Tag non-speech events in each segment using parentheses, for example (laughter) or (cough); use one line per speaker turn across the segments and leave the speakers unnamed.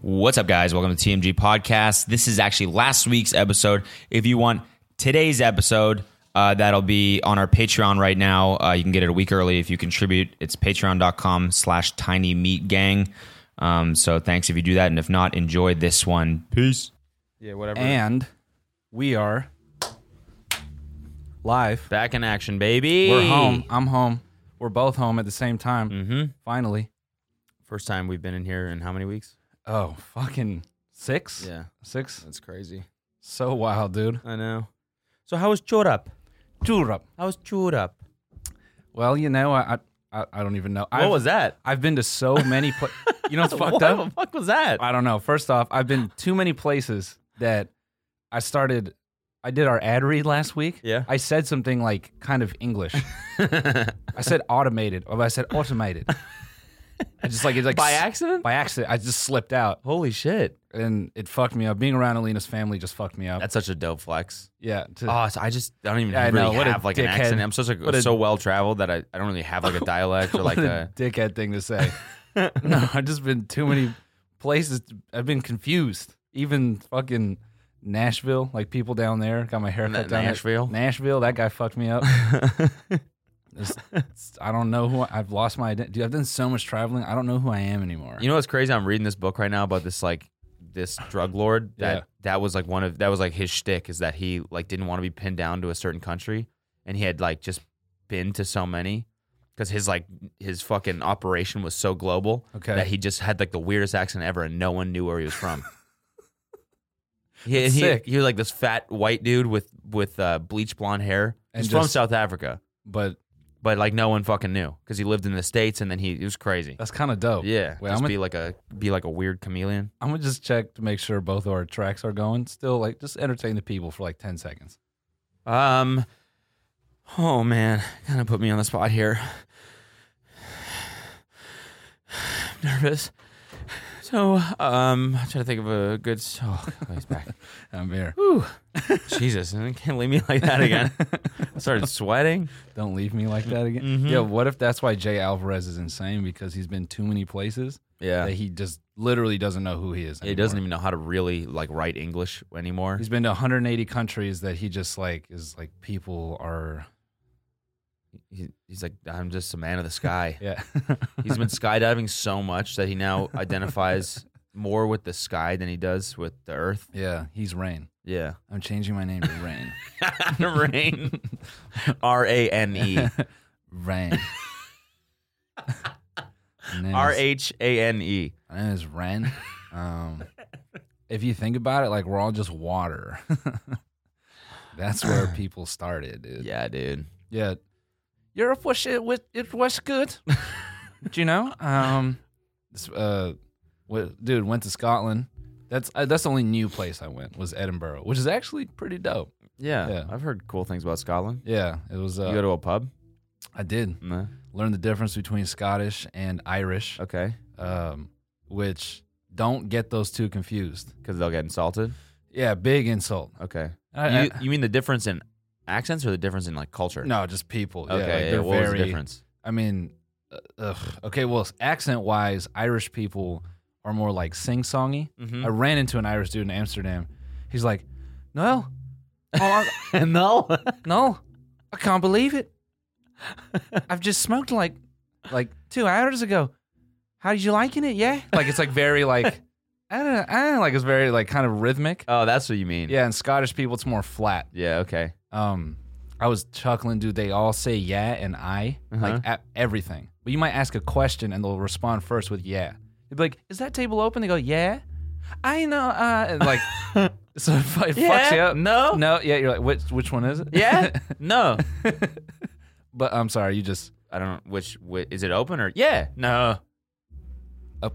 What's up, guys? Welcome to TMG Podcast. This is actually last week's episode. If you want today's episode, uh, that'll be on our Patreon right now. Uh, you can get it a week early if you contribute. It's patreon.com slash tiny meat gang. Um, so thanks if you do that. And if not, enjoy this one. Peace.
Yeah, whatever.
And we are live.
Back in action, baby.
We're home. I'm home. We're both home at the same time. Mm-hmm. Finally.
First time we've been in here in how many weeks?
Oh, fucking six?
yeah,
Six?
that's crazy.
So wild, dude.
I know.
So how was Churup?
Europe.
How was Churup?
Well, you know, I I, I- I don't even know.
What
I've,
was that?
I've been to so many places. you know (laughs) what's
what
fucked
the
up?
fuck was that?
I don't know. First off, I've been too many places that I started. I did our ad read last week.
Yeah.
I said something like kind of
(laughs)
English. I said automated, or I said automated. I just like it's like
By
s-
accident?
By accident, I just slipped out,
Holy shit.
and it fucked me up. Being around Alina's family just fucked me up.
That's such a dope flex.
yeah. to-
Oh, so I just I don't even
Yeah, I
really
know. What a
have like an
dickhead.
accent. I'm such
What
a,
a-
so well traveled that I, I don't really have like a dialect or
(laughs) what
like a,
dickhead thing to say. uh, (laughs) no, I've just been too many places. I've been confused. Even fucking Nashville, like people down there, got my hair
Na-
cut down there.
Nashville?
Nashville, that guy fucked me up. (laughs) It's- it's- I don't know who I, I've lost my identity. Dude, I've done so much traveling. I don't know who I am anymore.
you know what's crazy? I'm reading this book right now about this like this drug lord that
Yeah.
that was like one of that was like his shtick is that he like didn't want to be pinned down to a certain country and he had like just been to so many because his like his fucking operation was so global
Okay.
that he just had like the weirdest accent ever and no one knew where he was
(laughs)
from. He,
That's
he,
sick.
he was like this fat white dude with with uh, bleach blonde hair.
And
He's from
just-
South Africa,
but
but like no one fucking knew because he lived in the states and then he it was crazy.
that's kind of dope.
yeah,
Wait,
just
I'm, gonna,
be like a be like a weird chameleon.
I'm gonna just check to make sure both our tracks are going. Still, like, just entertain the people for like 10 seconds.
Um, oh man, kind of put me on the spot here. (sighs) Nervous. So, um, I'm trying to think of a good. Oh, he's (laughs) back.
I'm here.
Whew. Jesus, and can't leave me like that (laughs) again. I started sweating.
Don't leave me like that again. Yeah, what if that's why Jay Alvarez is insane because he's been too many places
Yeah.
that he just literally doesn't know who he is.
He doesn't even know how to really like write English anymore.
He's been to 180 countries that he just like is like people are.
He- He's like, I'm just a man of the sky.
Yeah. (laughs)
He's been skydiving so much that he now identifies more with the sky than he does with the earth.
yeah, he's Rain.
Yeah.
I'm changing my name to Rain.
(laughs) Rain. R A N
(laughs)
E. (laughs)
Rain. My name is-
R H A N E.
My name is Ren. Um, if you think about it, like we're all just water. (laughs)
(clears throat)
That's where people started, dude.
Yeah, dude.
Yeah. Europe was it was, it was (laughs) good. Do you know? Um, this, uh, wa- dude went to Scotland. That's uh, that's the only new place I went was Edinburgh, which is actually pretty dope.
Yeah,
Yeah.
I've heard cool things about Scotland.
Yeah, it was. Uh,
you go to a pub?
I did
No.
learn the difference between Scottish and Irish,
Okay.
um, which don't get those two confused.
Because they'll get insulted.
Yeah, big insult.
Okay.
I-
you,
I-
you mean the difference in accents or the difference in like culture?
No, just people.
Okay.
yeah, like,
yeah,
they're
what was the
very-
difference?
I mean, uh, ugh. okay. Well, accent wise, Irish people are more like sing songy.
(laughs)
I ran into an Irish dude in Amsterdam. He's like, "No, oh, I, (laughs)
no.
no, I can't believe it. I've just smoked like, like two hours ago. How did you liking it? Yeah, like it's like very like, I don't know, I don't know, like it's very like kind of rhythmic.
(laughs) oh, that's what you mean.
Yeah, and Scottish people, it's more flat.
Yeah, okay.
Um, I was chuckling, dude. They all say yeah and I
Uh-huh.
like at everything. But you might ask a question and they'll respond first with yeah. You'd be like, "Is that table open?" They go, "Yeah." I know. Uh, and,
(laughs)
like, so it fu- it fucks you up.
No.
No, yeah. You're like, which which one is it? (laughs)
Yeah. no.
but I'm sorry, you just
I don't know which, which is it open or yeah. No.
oh,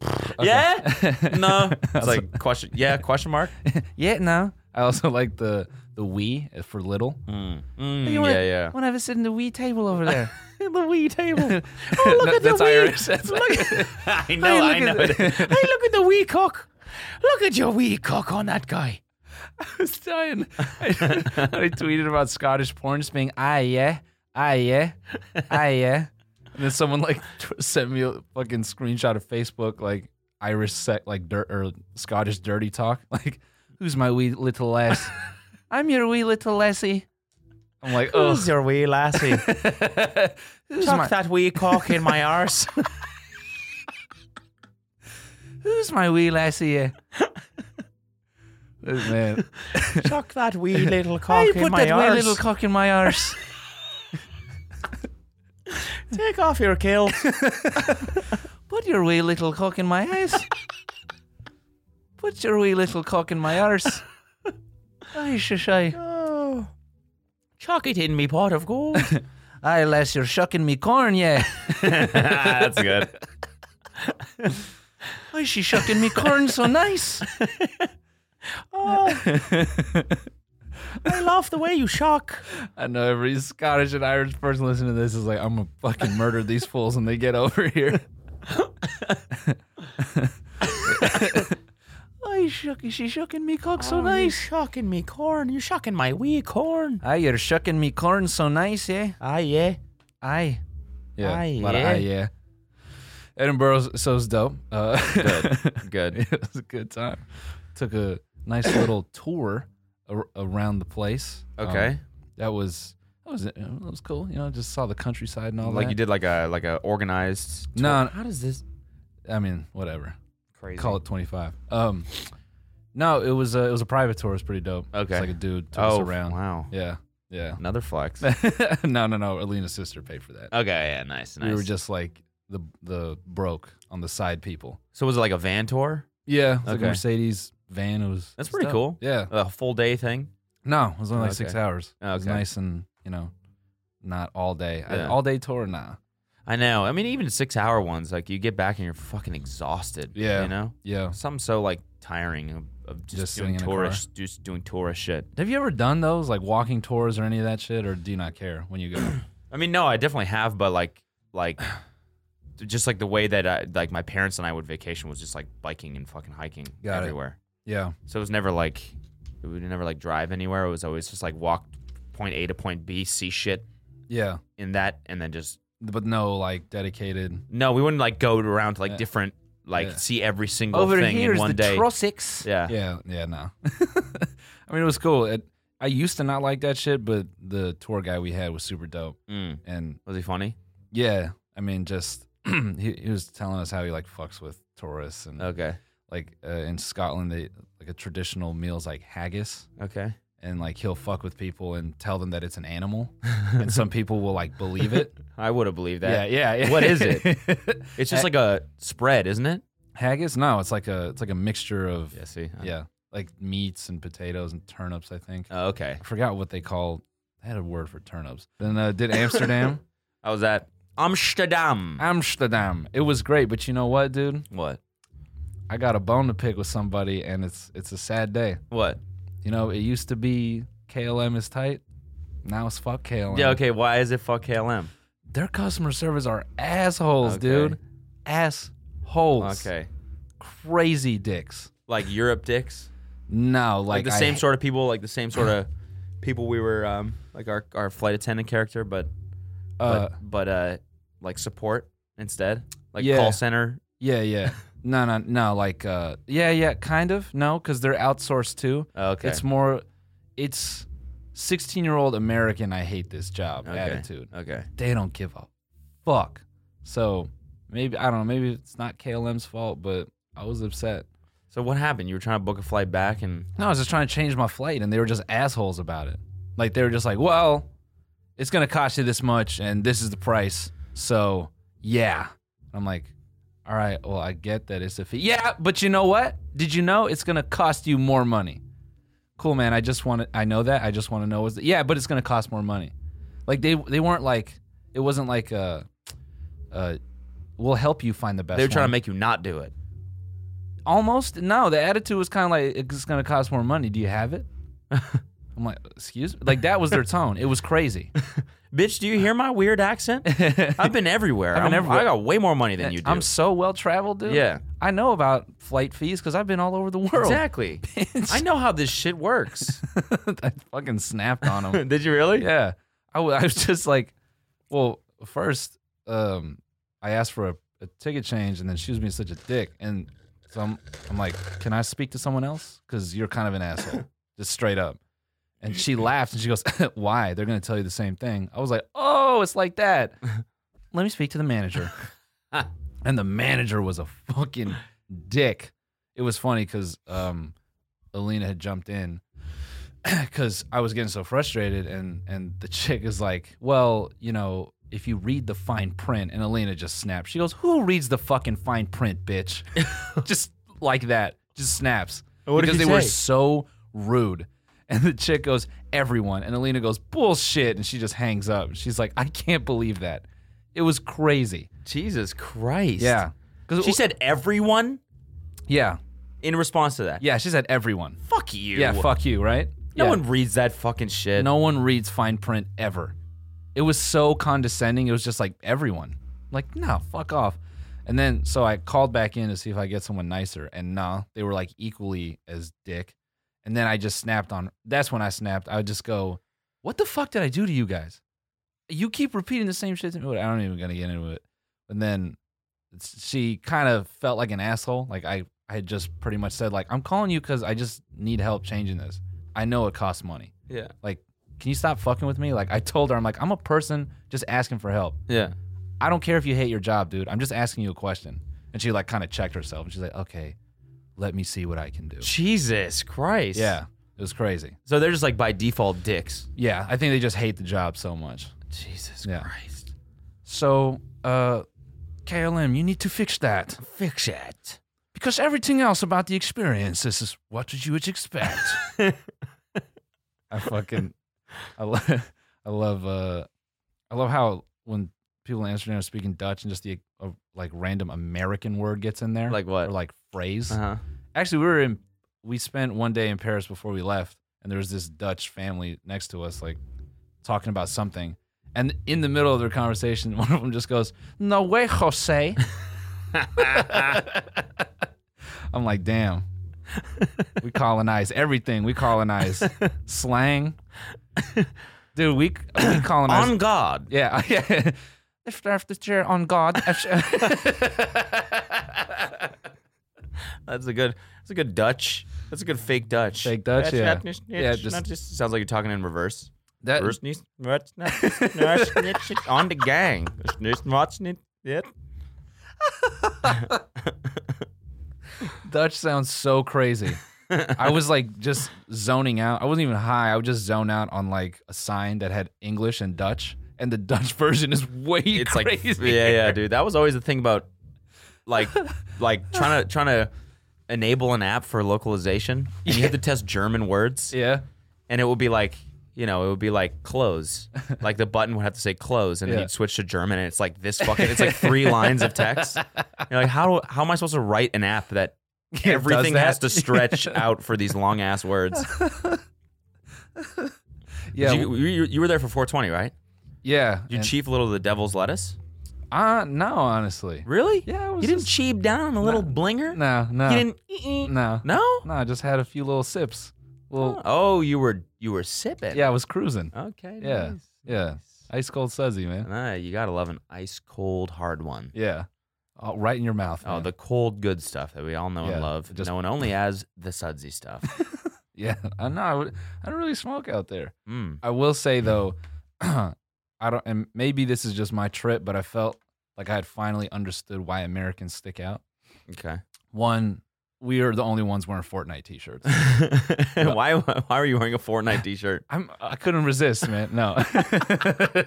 (laughs)
Yeah? No. It's like question yeah, question mark.
(laughs) yeah. No. I also (laughs) like the the we uh, for little.
Mm. Mm,
You wanna-
yeah, yeah.
Wanna have a sit in the wee table over there?
(laughs) the wee
(laughs)
table. Oh,
No, that's Irish. (laughs) That's
(laughs) I
Hey,
know,
look
I know.
at
it. (laughs)
the-
hey, look at the wee cock. Look at your wee cock on that guy.
(laughs) I was dying. I, (laughs) I tweeted about Scottish porn just being, ah, yeah, ah, yeah, ah, yeah. And then someone like tw- sent me a fucking screenshot of Facebook, like Irish sec, like dirt or Scottish dirty talk. (laughs) Like, who's my wee little lass?
(laughs)
I'm your wee little lassie. I'm like, oh,
Who's your wee (laughs) lassie?
(laughs) who's
Tuck
my
that wee cock in my (laughs) arse.
who's my wee lassie?
(laughs)
eh? Man,
Tuck that (laughs) wee little
I
cock
put that wee little cock in my arse.
Take off your (laughs) kilt.
Put your wee little cock in my ass. Put your wee little cock in my arse. Aye, shishay.
oh. Chuck it in me pot of gold.
Aye, lass, you're shucking me corn, yeah.
That's good.
(laughs) Aye, she shucking me corn so (laughs) nice.
Oh. I love the way you shock.
I know every Scottish and Irish person listening to this is like, I'm gonna fucking murder these fools when they get over (laughs) here. Aye, shucking, she shucking me cock so
You
nice.
shocking me corn. You shocking my wee corn.
Aye, you're shucking me corn so nice, yeah.
Ah yeah.
Aye. Yeah.
Aye,
a lot of
yeah.
aye, yeah. Edinburgh's so's dope. Uh, (laughs)
Good.
it was a good time. Took a nice little tour ar- around the place. Um, that was that was it. That was cool. You know, just saw the countryside and all
like
that.
you did like a like a organized. tour.
No,
How does this
I mean, whatever.
crazy?
Call it twenty five. Um, no, it was a it was a private tour. It was pretty dope.
Okay.
it's like a dude took us
oh
around.
wow.
Yeah, yeah.
Another
(laughs)
flex.
no, no, no. Alina's sister paid for that.
okay. Yeah. Nice. Oh, Nice.
We were just like the the broke on the side people.
so was it like a van tour?
Yeah, it was like
Okay.
a Mercedes van. It was
That's
it was
pretty
dope.
cool.
Yeah,
A full day thing.
no, it was only like six
Okay.
hours. It was
Okay.
nice and you know, not all day. I-
Yeah.
all day tour, nah.
I know. I mean, even six hour ones, like you get back and you're fucking exhausted.
Yeah.
You know,
Yeah.
something so like tiring of, of just,
Just
doing
sitting in a car.
tourist, just doing tourist shit.
Have you ever done those like walking tours or any of that shit, or do you not care when you
(clears throat)
go?
I mean, no, I definitely have, but like,
(sighs)
like, just like the way that I, like my parents and I would vacation was just like biking and fucking hiking
Got it.
everywhere.
yeah,
So it was never like, we would never like drive anywhere. It was always just like walk point A to point B, see shit
yeah,
in that, and then just
but no like dedicated.
no, we wouldn't like go around to like
Yeah.
different, like
Yeah.
see every single thing in one day.
Trossachs.
yeah.
Yeah, yeah, no. (laughs) I mean, it was cool. It, I used to not like that shit, but the tour guy we had was super dope,
Mm.
and
Was he funny?
Yeah, I mean, just (clears throat) he, he was telling us how he like fucks with tourists and
Okay.
like uh, in Scotland, they like a traditional meal is like haggis,
Okay.
and like he'll fuck with people and tell them that it's an (laughs) animal, and some people will like believe it.
I would have believed that.
(laughs) yeah, yeah.
What is
(laughs)
it? It's just like a spread, isn't it?
haggis? No, it's like a it's like a mixture of
Yeah. See.
yeah, like meats and potatoes and turnips. I think
Oh, okay.
I forgot what they call. I had a word for turnips. Then uh, did (laughs) Amsterdam,
How was that? Amsterdam.
Amsterdam. It was great, but you know what, dude?
What?
I got a bone to pick with somebody, and it's it's a sad day.
What?
You know, it used to be KLM is tight. Now it's fuck KLM.
Yeah. Okay. Why is it fuck KLM?
Their customer service are assholes,
Okay.
dude. Assholes.
Okay.
Crazy dicks.
Like Europe dicks.
No,
Like
like,
the
I-
same sort of people. Like the same sort of people we were um like our our flight attendant character, but
Uh,
but but uh like support instead. Like
Yeah.
call center.
yeah,
(laughs)
yeah. no, no, no. Like, uh, yeah, yeah, kind of. No, because they're outsourced too.
Okay.
It's more, it's sixteen-year-old American. I hate this job
Okay.
attitude.
okay.
they don't give a fuck. So maybe I don't know. Maybe it's not KLM's fault, but I was upset.
So what happened? You were trying to book a flight back, and
No, I was just trying to change my flight, and they were just assholes about it. Like they were just like, "Well, it's gonna cost you this much, and this is the price." So yeah, And I'm like, "All right, well, I get that it's a fee." Yeah, but you know what? Did you know it's gonna cost you more money? Cool, man. I just want to. I know that. I just want to know. Was yeah, but it's gonna cost more money. Like they they weren't like it wasn't like uh uh we'll help you find the best.
they were trying
one."
to make you not do it.
almost no the attitude was kind of like it's gonna cost more money do you have it (laughs) i'm like excuse me like that was their tone it was crazy
Bitch, do you hear my weird
(laughs)
accent? I've been everywhere.
I've been
I'm-
everywhere.
I got way more money than (laughs) you do.
i'm so well traveled dude
Yeah.
i know about flight fees because i've been all over the world
exactly. I know how this shit works.
(laughs) i
(laughs)
fucking snapped on them (laughs)
Did you really?
yeah I, w- I was just like well first um, I asked for a, a ticket change, and then she was being such a dick. And so I'm, I'm like, can I speak to someone else? Because you're kind of an asshole, just straight up. And she laughs and she goes, (laughs) why? They're going to tell you the same thing. I was like, oh, it's like that. Let me speak to the manager. and the manager was a fucking dick. It was funny because um, Alina had jumped in (clears throat) because I was getting so frustrated, and and the chick is like, "Well, you know, if you read the fine print," and Elena just snaps. She goes, "Who reads the fucking fine print,
(laughs)
bitch?" just like that, just snaps
What did
because
she
they were
say?
so rude. And the chick goes, "Everyone," and Elena goes, "Bullshit," and she just hangs up. She's like, "I can't believe that." It was crazy.
Jesus Christ.
Yeah, because
She said everyone
"Yeah,
in response to that.
yeah." She said, "Everyone."
Fuck you.
Yeah, fuck you, right?
No
Yeah.
one reads that fucking shit.
no one reads fine print ever. It was so condescending. It was just like everyone, like no, fuck off. And then so I called back in to see if I get someone nicer, and nah, they were like equally as dick. And then I just snapped on. That's when I snapped. I would just go, "What the fuck did I do to you guys? You keep repeating the same shit to me." I don't even gonna get into it. And then it's- she kind of felt like an asshole. Like I, I had just pretty much said, like I'm calling you because I just need help changing this. I know it costs money
Yeah.
like can you stop fucking with me like i told her i'm like i'm a person just asking for help
Yeah.
i don't care if you hate your job dude i'm just asking you a question and she like kind of checked herself and she's like okay let me see what i can do
Jesus Christ.
yeah it was crazy
So they're just like by default dicks.
yeah i think they just hate the job so much
Jesus
Yeah.
Christ.
so uh klm you need to fix that
Fix it.
because everything else about the experience this is what did you expect (laughs) i fucking i love (laughs) i love uh i love how when people in amsterdam are speaking dutch and just the uh, like random american word gets in there
Like what?
or like phrase
huh.
actually we were in we spent one day in paris before we left and there was this dutch family next to us like talking about something and in the middle of their conversation (laughs) one of them just goes no way (laughs) jose i'm like damn we colonize everything we (laughs) colonize slang dude we, we (coughs) colonize
On God.
(laughs) yeah yeah if the chair on (laughs) god
That's a good. That's a good Dutch. That's a good fake Dutch.
Fake Dutch,
That's
yeah.
not nish-
Yeah,
nish-
just- Uh,
not just sounds like you're talking in reverse.
that,
Reverse (laughs) nish- not- not- not- nish- nish- On the gang. Nish- not- nish- yeah.
Dutch sounds so crazy. I was like just zoning out. I wasn't even high. I would just zone out on like a sign that had English and Dutch, and the (laughs) Dutch version is way
It's like
crazy.
yeah,
(laughs)
yeah, dude. That was always the thing about like like trying to trying to enable an app for localization. And you had to test German words.
yeah,
and it would be like you know it would be like
(laughs)
close like the button would have to say close and then
Yeah.
you'd switch to german and it's like this fucking it's like three lines of text you're like how how am i supposed to write an app that (laughs) everything
that.
has to stretch out for these long ass words
(laughs) yeah,
you, you, you were there for 420 right
yeah.
you
and-
cheap a little of the devil's lettuce
uh, no, honestly,
really
Yeah, it
you
was
didn't
just-
cheap down a little blinger
no, no,
you didn't eh, eh.
no,
no
no. I just had a few little sips. Well,
oh you were you were sipping
yeah, I was cruising.
okay
Yeah,
nice,
yeah.
nice.
Ice cold suzy, man.
Ah, you gotta love an ice cold hard one
Yeah, oh, right in your mouth.
Oh,
man.
the cold, good stuff that we all know
Yeah,
and love.
just-
no one only has the sudsy stuff.
(laughs) (laughs) yeah. I know. I, would, I don't really smoke out there.
mm.
I will say though, (clears throat) I don't, and maybe this is just my trip, but I felt like I had finally understood why Americans stick out. (laughs)
Okay.
One, we are the only ones wearing Fortnite t-shirts.
(laughs) why? Why are you wearing a Fortnite T-shirt?
I'm, uh, I couldn't resist, man. No, (laughs) I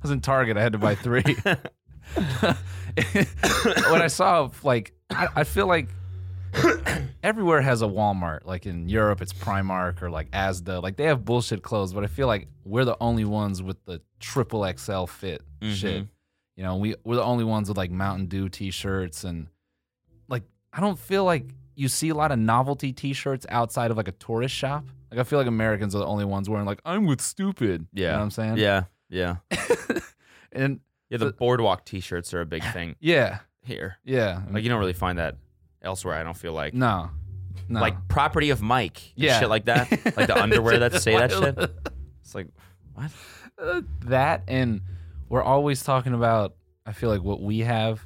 was in Target. I had to buy three. (laughs) when I saw, like, I, I feel like everywhere has a Walmart. Like in Europe, it's Primark or like Asda. Like they have bullshit clothes, but I feel like we're the only ones with the triple XL fit shit.
Mhm.
You know, we we're the only ones with like Mountain Dew T-shirts and like I don't feel like you see a lot of novelty T-shirts outside of like a tourist shop. Like I feel like Americans are the only ones wearing like I'm with stupid. you
Yeah.
know what I'm saying.
Yeah, yeah,
and
yeah. The boardwalk T-shirts are a big thing
yeah,
here.
yeah.
Like you don't really find that elsewhere. I don't feel like
no, no.
like property of Mike. and
Yeah.
shit like that. Like
(laughs)
the underwear that say that shit. It's like what?
that and we're always talking about I feel like what we have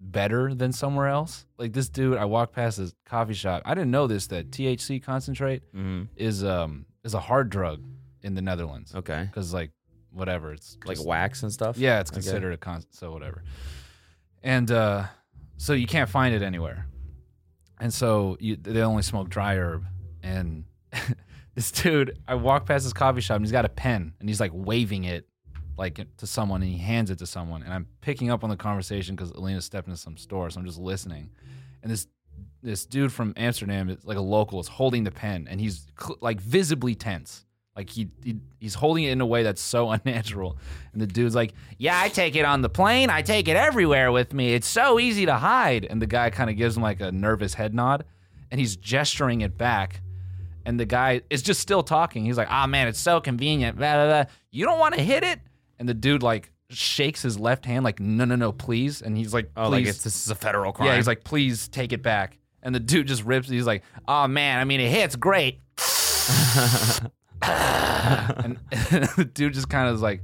better than somewhere else. Like this dude, I walked past this coffee shop. I didn't know this that THC concentrate
Mm-hmm.
is um is a hard drug in the Netherlands
Okay.
because like whatever it's
Like
just-
wax and stuff.
yeah it's
Okay.
considered a con so whatever and uh so you can't find it anywhere and so you they only smoke dry herb and (laughs) this dude I walk past this coffee shop and he's got a pen and he's like waving it like to someone and he hands it to someone and I'm picking up on the conversation because Alina stepped into some store so I'm just listening and this this dude from Amsterdam it's like a local is holding the pen and he's cl- like visibly tense like he, he he's holding it in a way that's so (laughs) unnatural and the dude's like yeah I take it on the plane I take it everywhere with me it's so easy to hide and the guy kind of gives him like a nervous head nod and he's gesturing it back and the guy is just still talking. He's like, "Ah, man, it's so convenient." Blah, blah, blah. You don't want to hit it, and the dude like shakes his left hand, like, "No, no, no, please!" And he's like,
Oh, like
"Please."
it's, this is a federal crime.
yeah, he's like, "Please take it back." And the dude just rips. He's like, "Oh man, I mean, it
(laughs)
hits great." (laughs) and (laughs) the dude just kind of is like,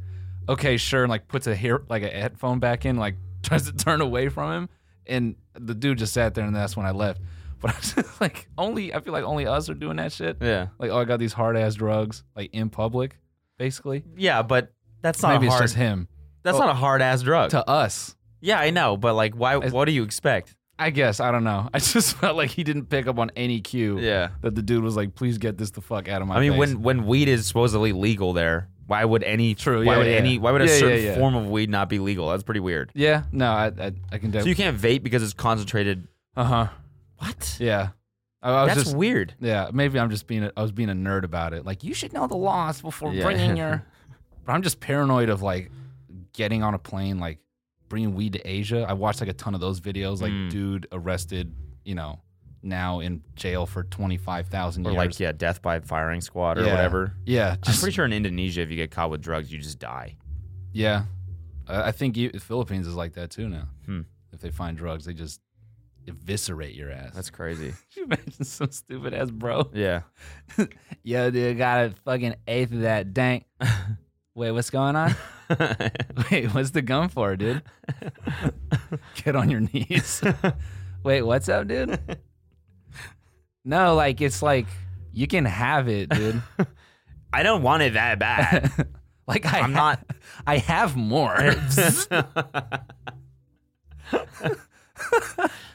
"Okay, sure," and like puts a hair like a headphone back in, like (laughs) tries to turn away from him. And the dude just sat there, and that's when I left. (laughs) But I was just like, only I feel like only us are doing that shit.
yeah.
Like, oh, I got these hard ass drugs, like in public, basically.
Yeah, but that's not
Maybe
a
it's
hard.
just him.
that's
oh.
not a hard ass drug.
To us,
Yeah, I know, but like, why?
It's-
What do you expect?
I guess. I don't know. (laughs) I just felt like he didn't pick up on any cue
Yeah.
that the dude was like, please get this the fuck out of my
I mean,
face."
when when weed is supposedly legal there, why would any
True,
Why
yeah,
would
yeah,
any?
yeah.
Why would a
Yeah, yeah,
certain
yeah.
form of weed not be legal? That's pretty weird.
Yeah, no, I, I, I can
So
definitely.
you can't vape because it's concentrated.
Uh huh.
What?
Yeah. I, I was
That's
just.
weird.
Yeah, maybe I'm just being a, I was being a nerd about it. Like you should know the laws before
Yeah. (laughs)
bringing your. But I'm just paranoid of like getting on a plane, like bringing weed to Asia. I watched like a ton of those videos, like
Mm.
dude arrested, you know, now in jail for twenty five thousand
Or
years.
like, yeah, death by firing squad or (laughs)
Yeah.
whatever.
yeah,
I'm
just
pretty sure in Indonesia, if you get caught with drugs, you just die.
yeah. I I think you, the Philippines is like that too now.
Hmm.
If they find drugs, they just eviscerate your ass.
That's crazy.
Could (laughs) you imagine some stupid ass bro.
(laughs) yeah.
Yo, dude, got a fucking eighth of that dank. (laughs) Wait, what's going (laughs) on? Wait, what's the gun for, (laughs) dude? Get on your (laughs) knees. Wait, what's up, dude? No, like it's like you can have it, (laughs) dude.
I don't want it that bad.
like I
I'm
ha- I have (laughs) more.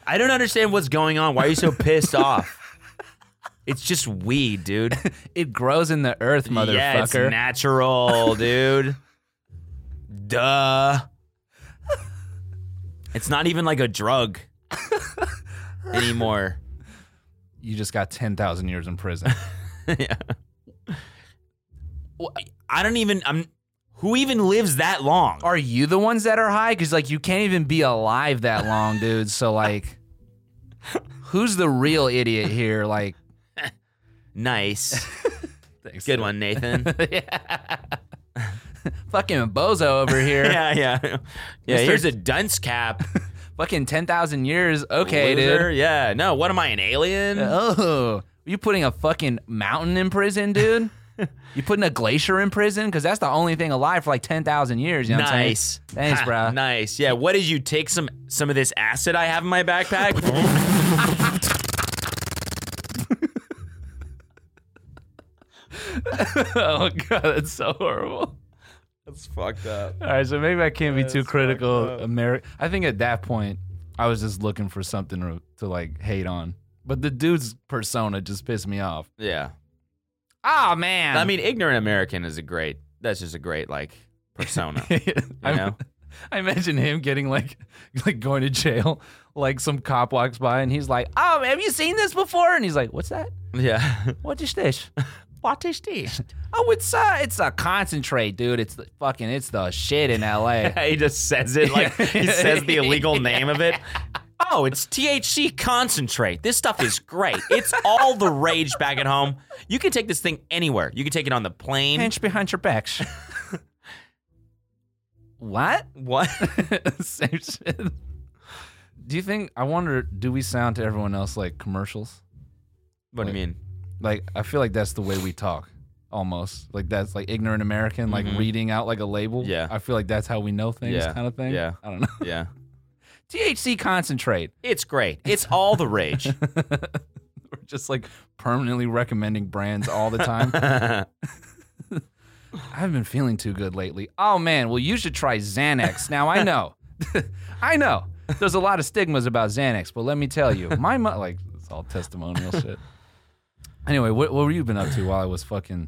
I don't understand what's going on. Why are you so
(laughs)
pissed off? It's just weed, dude.
it grows in the earth, (laughs) motherfucker.
Yeah, it's natural, dude. Duh. It's not even like a
(laughs)
drug anymore. (laughs)
you just got ten thousand years in prison.
yeah. I don't even. I'm. Who even lives that long?
are you the ones that are high? Because like you can't even be alive that long, dude. So (laughs) like, who's the real idiot here? Like, (laughs)
nice.
thanks.
Good one,
(laughs)
Nathan.
Fucking bozo over here.
yeah, yeah. Yeah,
Mr.
here's a dunce cap.
Fucking ten thousand years. (laughs) Okay,
loser.
dude.
Yeah. No, what am I, an alien?
Oh, you putting a fucking mountain in prison, dude? (laughs) you putting a glacier in prison? Because that's the only thing alive for like ten thousand years. You know what I'm
nice.
saying? Thanks,
Ha,
bro.
Nice. Yeah. What did you take some some of this acid I have in my backpack?
(laughs) oh god, that's so horrible.
(laughs) That's fucked up.
All right, so maybe I can't be too
it's fucked
critical.
up.
America. I think at that point, I was just looking for something to, to like hate on. But the dude's persona just pissed me off.
Yeah.
Oh man. (laughs)
I mean, ignorant American is a great. That's just a great like persona.
I,
You know?
I imagine him getting like (laughs) like going to jail. Like some cop walks by and he's like, "Oh, have you seen this before?" And he's like, "What's that?
(laughs) yeah.
What is this?"
What is this?
"Oh, it's uh, it's a concentrate, dude. It's the fucking, it's the shit in
(laughs)
L.A."
(laughs) he just says it like he says the illegal name of it. Oh, it's THC concentrate. This stuff is great. It's all the rage back at home. You can take this thing anywhere. You can take it on the plane.
Pinch behind your back. (laughs) what?
what?
Same shit. (laughs) Do you think I wonder? Do we sound to everyone else like commercials?
(laughs) What do you mean?
Like I feel like that's the way we talk. almost like that's like ignorant American, like reading out like a label.
Mm-hmm. Yeah.
I feel like that's how we know things,
Yeah.
kind of thing.
Yeah.
I don't know. (laughs)
Yeah.
THC concentrate.
It's great. It's all the (laughs) rage.
We're just like permanently recommending brands all the time. I've been feeling too good lately. Oh man, well you should try Xanax. Now I know, (laughs) I know. There's a lot of stigmas about Xanax, but let me tell you, my mo- like it's all testimonial shit. Anyway, what what were you been up to while I was fucking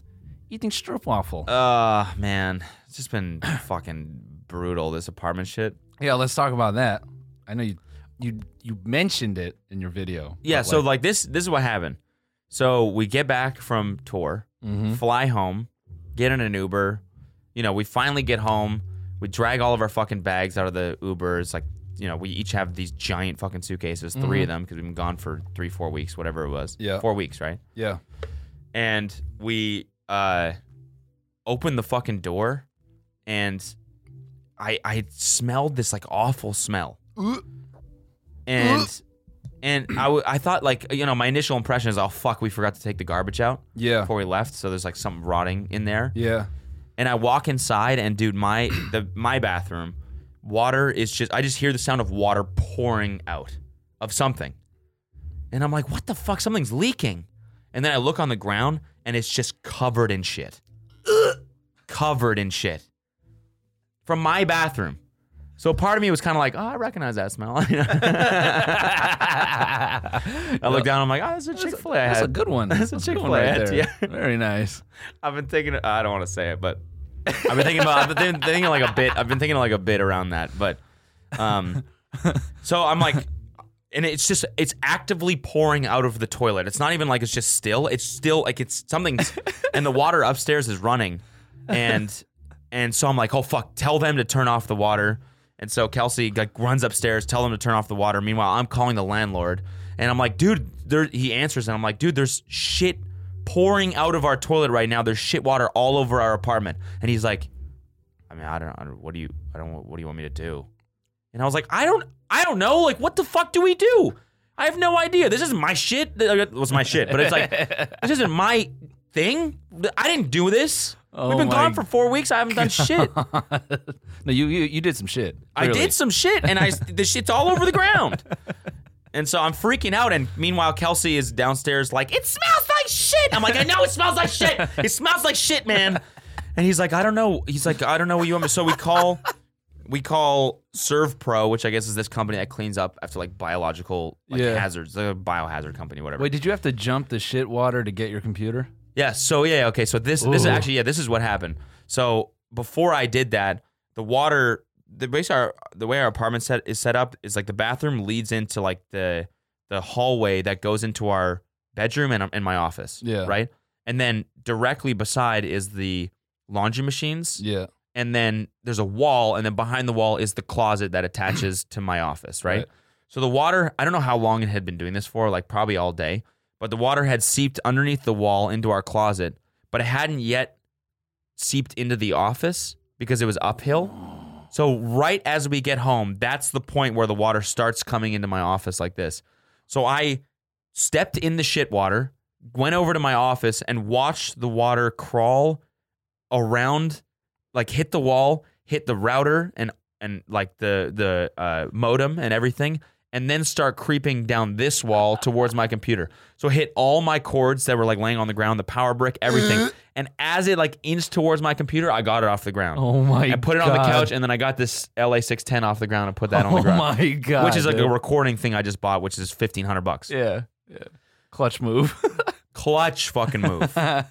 eating strip waffle?
Uh man, it's just been fucking brutal this apartment shit.
yeah, let's talk about that. I know you you you mentioned it in your video.
Yeah, so like this this is what happened. So we get back from tour,
mm-hmm.
fly home, get in an Uber. You know, we finally get home. We drag all of our fucking bags out of the Ubers. Like, you know, we each have these giant fucking suitcases, 3 of them, because we've been gone for three, four weeks, whatever it was.
Yeah.
Four weeks, right?
yeah,
and we uh opened the fucking door and I I smelled this like awful smell. And and I, w- I thought like you know my initial impression is oh fuck we forgot to take the garbage out
yeah,
before we left so there's like something rotting in there
yeah.
and I walk inside and dude my the my bathroom water is just I just hear the sound of water pouring out of something. And I'm like what the fuck something's leaking. And then I look on the ground and it's just covered in (clears throat) shit. covered in shit. From my bathroom. So part of me was kind of like, oh, I recognize that smell. (laughs) I look down. I'm like, oh, that's a Chick Fil A.
That's a good one. (laughs) That's,
a
good one
Chick-fil-A,
right there.
yeah.
Very nice.
I've been thinking. I don't want to say it, but I've been thinking about. I've been thinking like a bit. I've been thinking like a bit around that, but um, so I'm like, and it's just it's actively pouring out of the toilet. It's not even like it's just still. It's still like it's something, and the water upstairs is running, and and so I'm like, oh fuck, tell them to turn off the water. And so Kelsey like runs upstairs, tell them to turn off the water. Meanwhile, I'm calling the landlord, and I'm like, dude, there. He answers, and I'm like, dude, there's shit pouring out of our toilet right now. There's shit water all over our apartment. And he's like, I mean, I don't, I don't what do you, I don't, what do you want me to do? And I was like, I don't, I don't know. Like, what the fuck do we do? I have no idea. This isn't my shit. uh, It was my shit, but it's like, this isn't my thing. I didn't do this.
Oh
We've been
my
gone for four weeks. I haven't done shit.
No, you you, you did some shit.
I
clearly.
did some shit, and I the shit's all over the ground. And so I'm freaking out, and meanwhile Kelsey is downstairs like, "It smells like shit." I'm like, "I know it smells like shit. It smells like shit, man." And he's like, "I don't know." He's like, "I don't know what you want me." So we call, we call Serve Pro, which I guess is this company that cleans up after like biological like,
Yeah.
hazards, the biohazard company, whatever.
Wait, did you have to jump the shit water to get your computer?
Yeah. So yeah. Okay. So this this is
Ooh.
actually yeah. This is what happened. So before I did that, the water the basically our the way our apartment set is set up is like the bathroom leads into like the the hallway that goes into our bedroom and in my office.
Yeah.
Right. And then directly beside is the laundry machines.
Yeah.
And then there's a wall, and then behind the wall is the closet that attaches to my office. right.
Right.
So the water, I don't know how long it had been doing this for, like probably all day, but the water had seeped underneath the wall into our closet, but it hadn't yet seeped into the office because it was uphill. So right as we get home, that's the point where the water starts coming into my office like this. So I stepped in the shit water, went over to my office and watched the water crawl around like hit the wall, hit the router and and like the the uh, modem and everything, and then start creeping down this wall towards my computer. So it hit all my cords that were like laying on the ground, the power brick, everything. and as it like inched towards my computer, I got it off the ground.
Oh my
I put it on the
God.
couch, and then I got this LA six ten off the ground and put that on
(laughs) oh
the ground,
my god.
which is like
dude.
a recording thing I just bought, which is fifteen hundred bucks.
yeah. Yeah. Clutch move. (laughs)
Clutch fucking move.
yeah,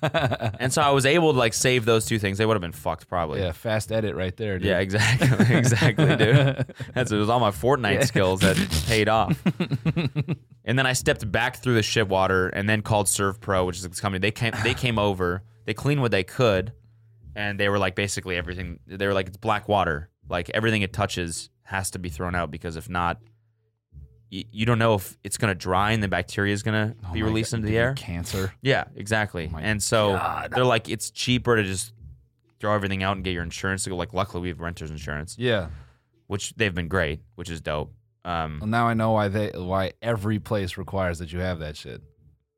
and so I was able to like save those two things. They would have been fucked probably.
fast edit right there, dude.
Yeah, exactly, (laughs) exactly,
(laughs)
dude. That's it was all my Fortnite skills that paid off. and then I stepped back through the shit water, and then called Serve Pro, which is this company. They came, they came over, they cleaned what they could, and they were like basically everything. They were like it's black water, like everything it touches has to be thrown out because if not, you, you don't know if it's gonna dry and the bacteria is gonna
Oh
be
my
released
God,
into
dude,
the air.
Cancer.
Yeah, exactly.
Oh my
and so
God.
they're like, it's cheaper to just throw everything out and get your insurance to go. Like, luckily we have renters insurance,
Yeah.
which they've been great, which is dope. Um,
Well, now I know why they why every place requires that you have that shit.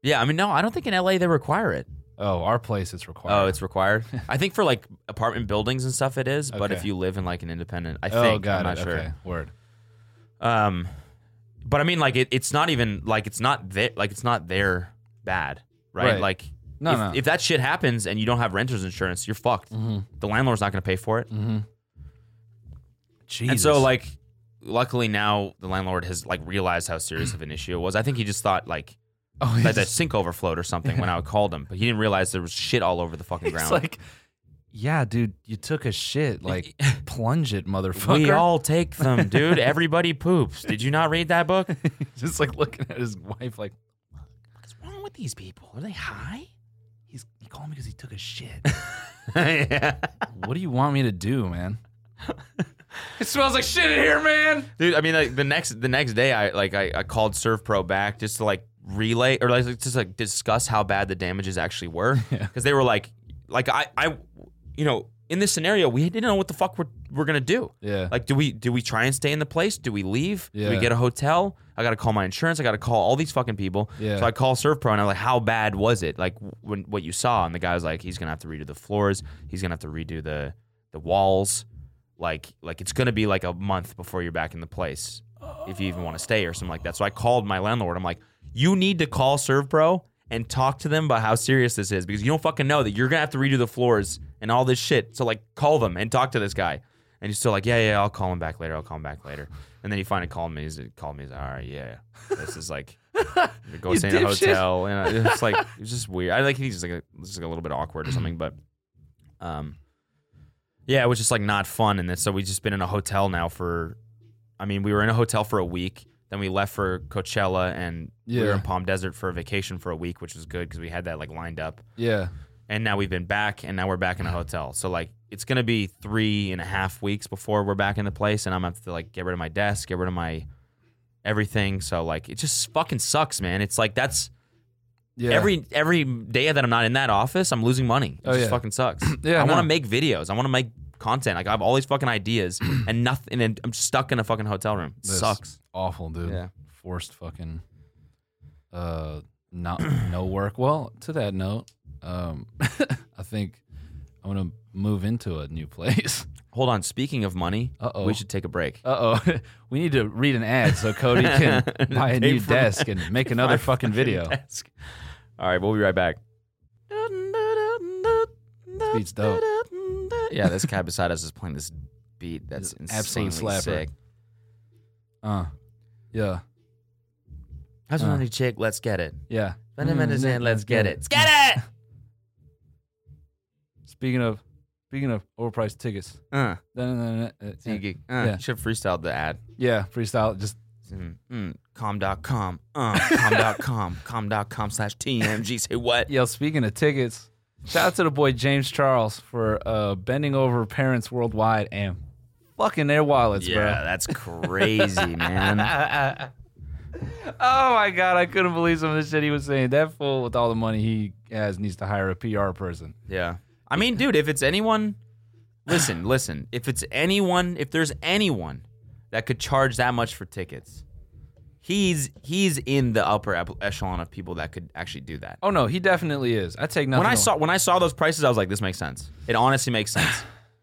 yeah, I mean, no, I don't think in LA they require it.
Oh, our place is required.
Oh, it's
(laughs)
required. I think for like apartment buildings and stuff, it is. But
Okay.
if you live in like an independent, I
oh,
think
got
I'm not
it.
sure.
Okay, word.
Um, but I mean, like it, it's not even like it's not that like it's not their bad, right?
Right.
Like
No,
if,
no. Mm-hmm.
if that shit happens and you don't have renters insurance, you're fucked. The landlord's not going to pay for it.
Jesus.
And so like luckily now the landlord has like realized how serious of an issue it was. I think he just thought like
(laughs) oh,
that
it's, (laughs)
the sink overflowed or something when I called him, but he didn't realize there was shit all over the fucking
it's
ground.
like, yeah, dude, you took a
(laughs)
shit. Like, plunge it, motherfucker.
we all take them, dude. Everybody poops. Did you not read that
(laughs)
book? What's
(laughs) just like looking at his wife, like
wrong with these people? Are they high? (laughs)
he's he called me because he took a shit.
yeah.
what do you want me to do, man? (laughs) it smells like shit in here, man.
dude i mean like the next the next day i like i, I called serve pro back just to like relay or like just like discuss how bad the damages actually
(laughs)
were because they were like like i i you know in this scenario we didn't know what the fuck we're, we're gonna do
Yeah.
like do we do we try and stay in the place do we leave do
Yeah.
we get a hotel i gotta call my insurance i gotta call all these fucking people
Yeah.
so i call serve pro and i'm like how bad was it like when what you saw and the guy's like he's gonna have to redo the floors he's gonna have to redo the the walls like like it's gonna be like a month before you're back in the place if you even want to stay or something like that so i called my landlord i'm like you need to call serve pro and talk to them about how serious this is because you don't fucking know that you're gonna have to redo the floors and all this shit so like call them and talk to this guy and he's still like yeah yeah i'll call him back later i'll call him back later and then he finally called me he's called me he's like all right yeah, yeah. this is like you're going
You
to a
dipshit.
hotel and it's
(laughs)
like it's just weird i like he's just like a, it's just like a little bit awkward or something but um yeah, it was just like not fun, and then so we've just been in a hotel now for. I mean, we were in a hotel for a week, then we left for Coachella, and we were
Yeah.
in Palm Desert for a vacation for a week, which was good because we had that like lined up.
Yeah.
And now we've been back, and now we're back in a hotel. So like, it's gonna be three and a half weeks before we're back in the place, and I'm gonna have to like get rid of my desk, get rid of my everything. So like, it just fucking sucks, man. It's like that's
Yeah.
every every day that I'm not in that office, I'm losing money. It
Oh,
just
yeah.
fucking sucks.
(clears throat) Yeah,
I want
no.
to make videos. I want to make content. Like I have all these fucking
(clears throat)
ideas and nothing. And I'm stuck in a fucking hotel room. It
This
sucks.
Awful, dude.
Yeah.
Forced fucking uh not no work. Well, to that note, um (laughs) I think I'm gonna move into a new place. (laughs)
Hold on. Speaking of money,
Uh-oh.
we should take a break.
Uh oh. (laughs) we need to read an ad so Cody can
(laughs)
buy a
Pay
new
for
desk and
(laughs)
make
My
another fucking video.
desk. All right, we'll be right back.
beat's dope.
Yeah, this guy beside us is playing this beat that's
This absolute
insanely
slapper.
sick.
Uh yeah.
How's
Uh.
your new chick? Let's get it.
Yeah. Mm-hmm.
Spend a minute and let's get it. Let's get it.
Speaking of speaking of overpriced tickets.
(laughs) Uh,
Yeah,
so you get- uh,
Yeah.
you should have freestyled the ad.
yeah freestyle just
Mm, mm, com.com, uh, (laughs) com.com, com.com slash TMG. Say (laughs) what?
Yo, speaking of tickets, shout out to the boy James Charles for uh, bending over parents worldwide and fucking their wallets,
Yeah, that's crazy, (laughs) man.
bro. Oh my god, I couldn't believe some of the shit he was saying. That fool with all the money he has needs to hire a PR person.
Yeah. I mean, dude, if it's anyone, listen, listen. If it's anyone, if there's anyone that could charge that much for tickets, he's he's in the upper ep- echelon of people that could actually do that.
Oh no, he definitely is. I take nothing.
When I
away.
saw when I saw those prices, I was like, this makes sense. It honestly makes sense.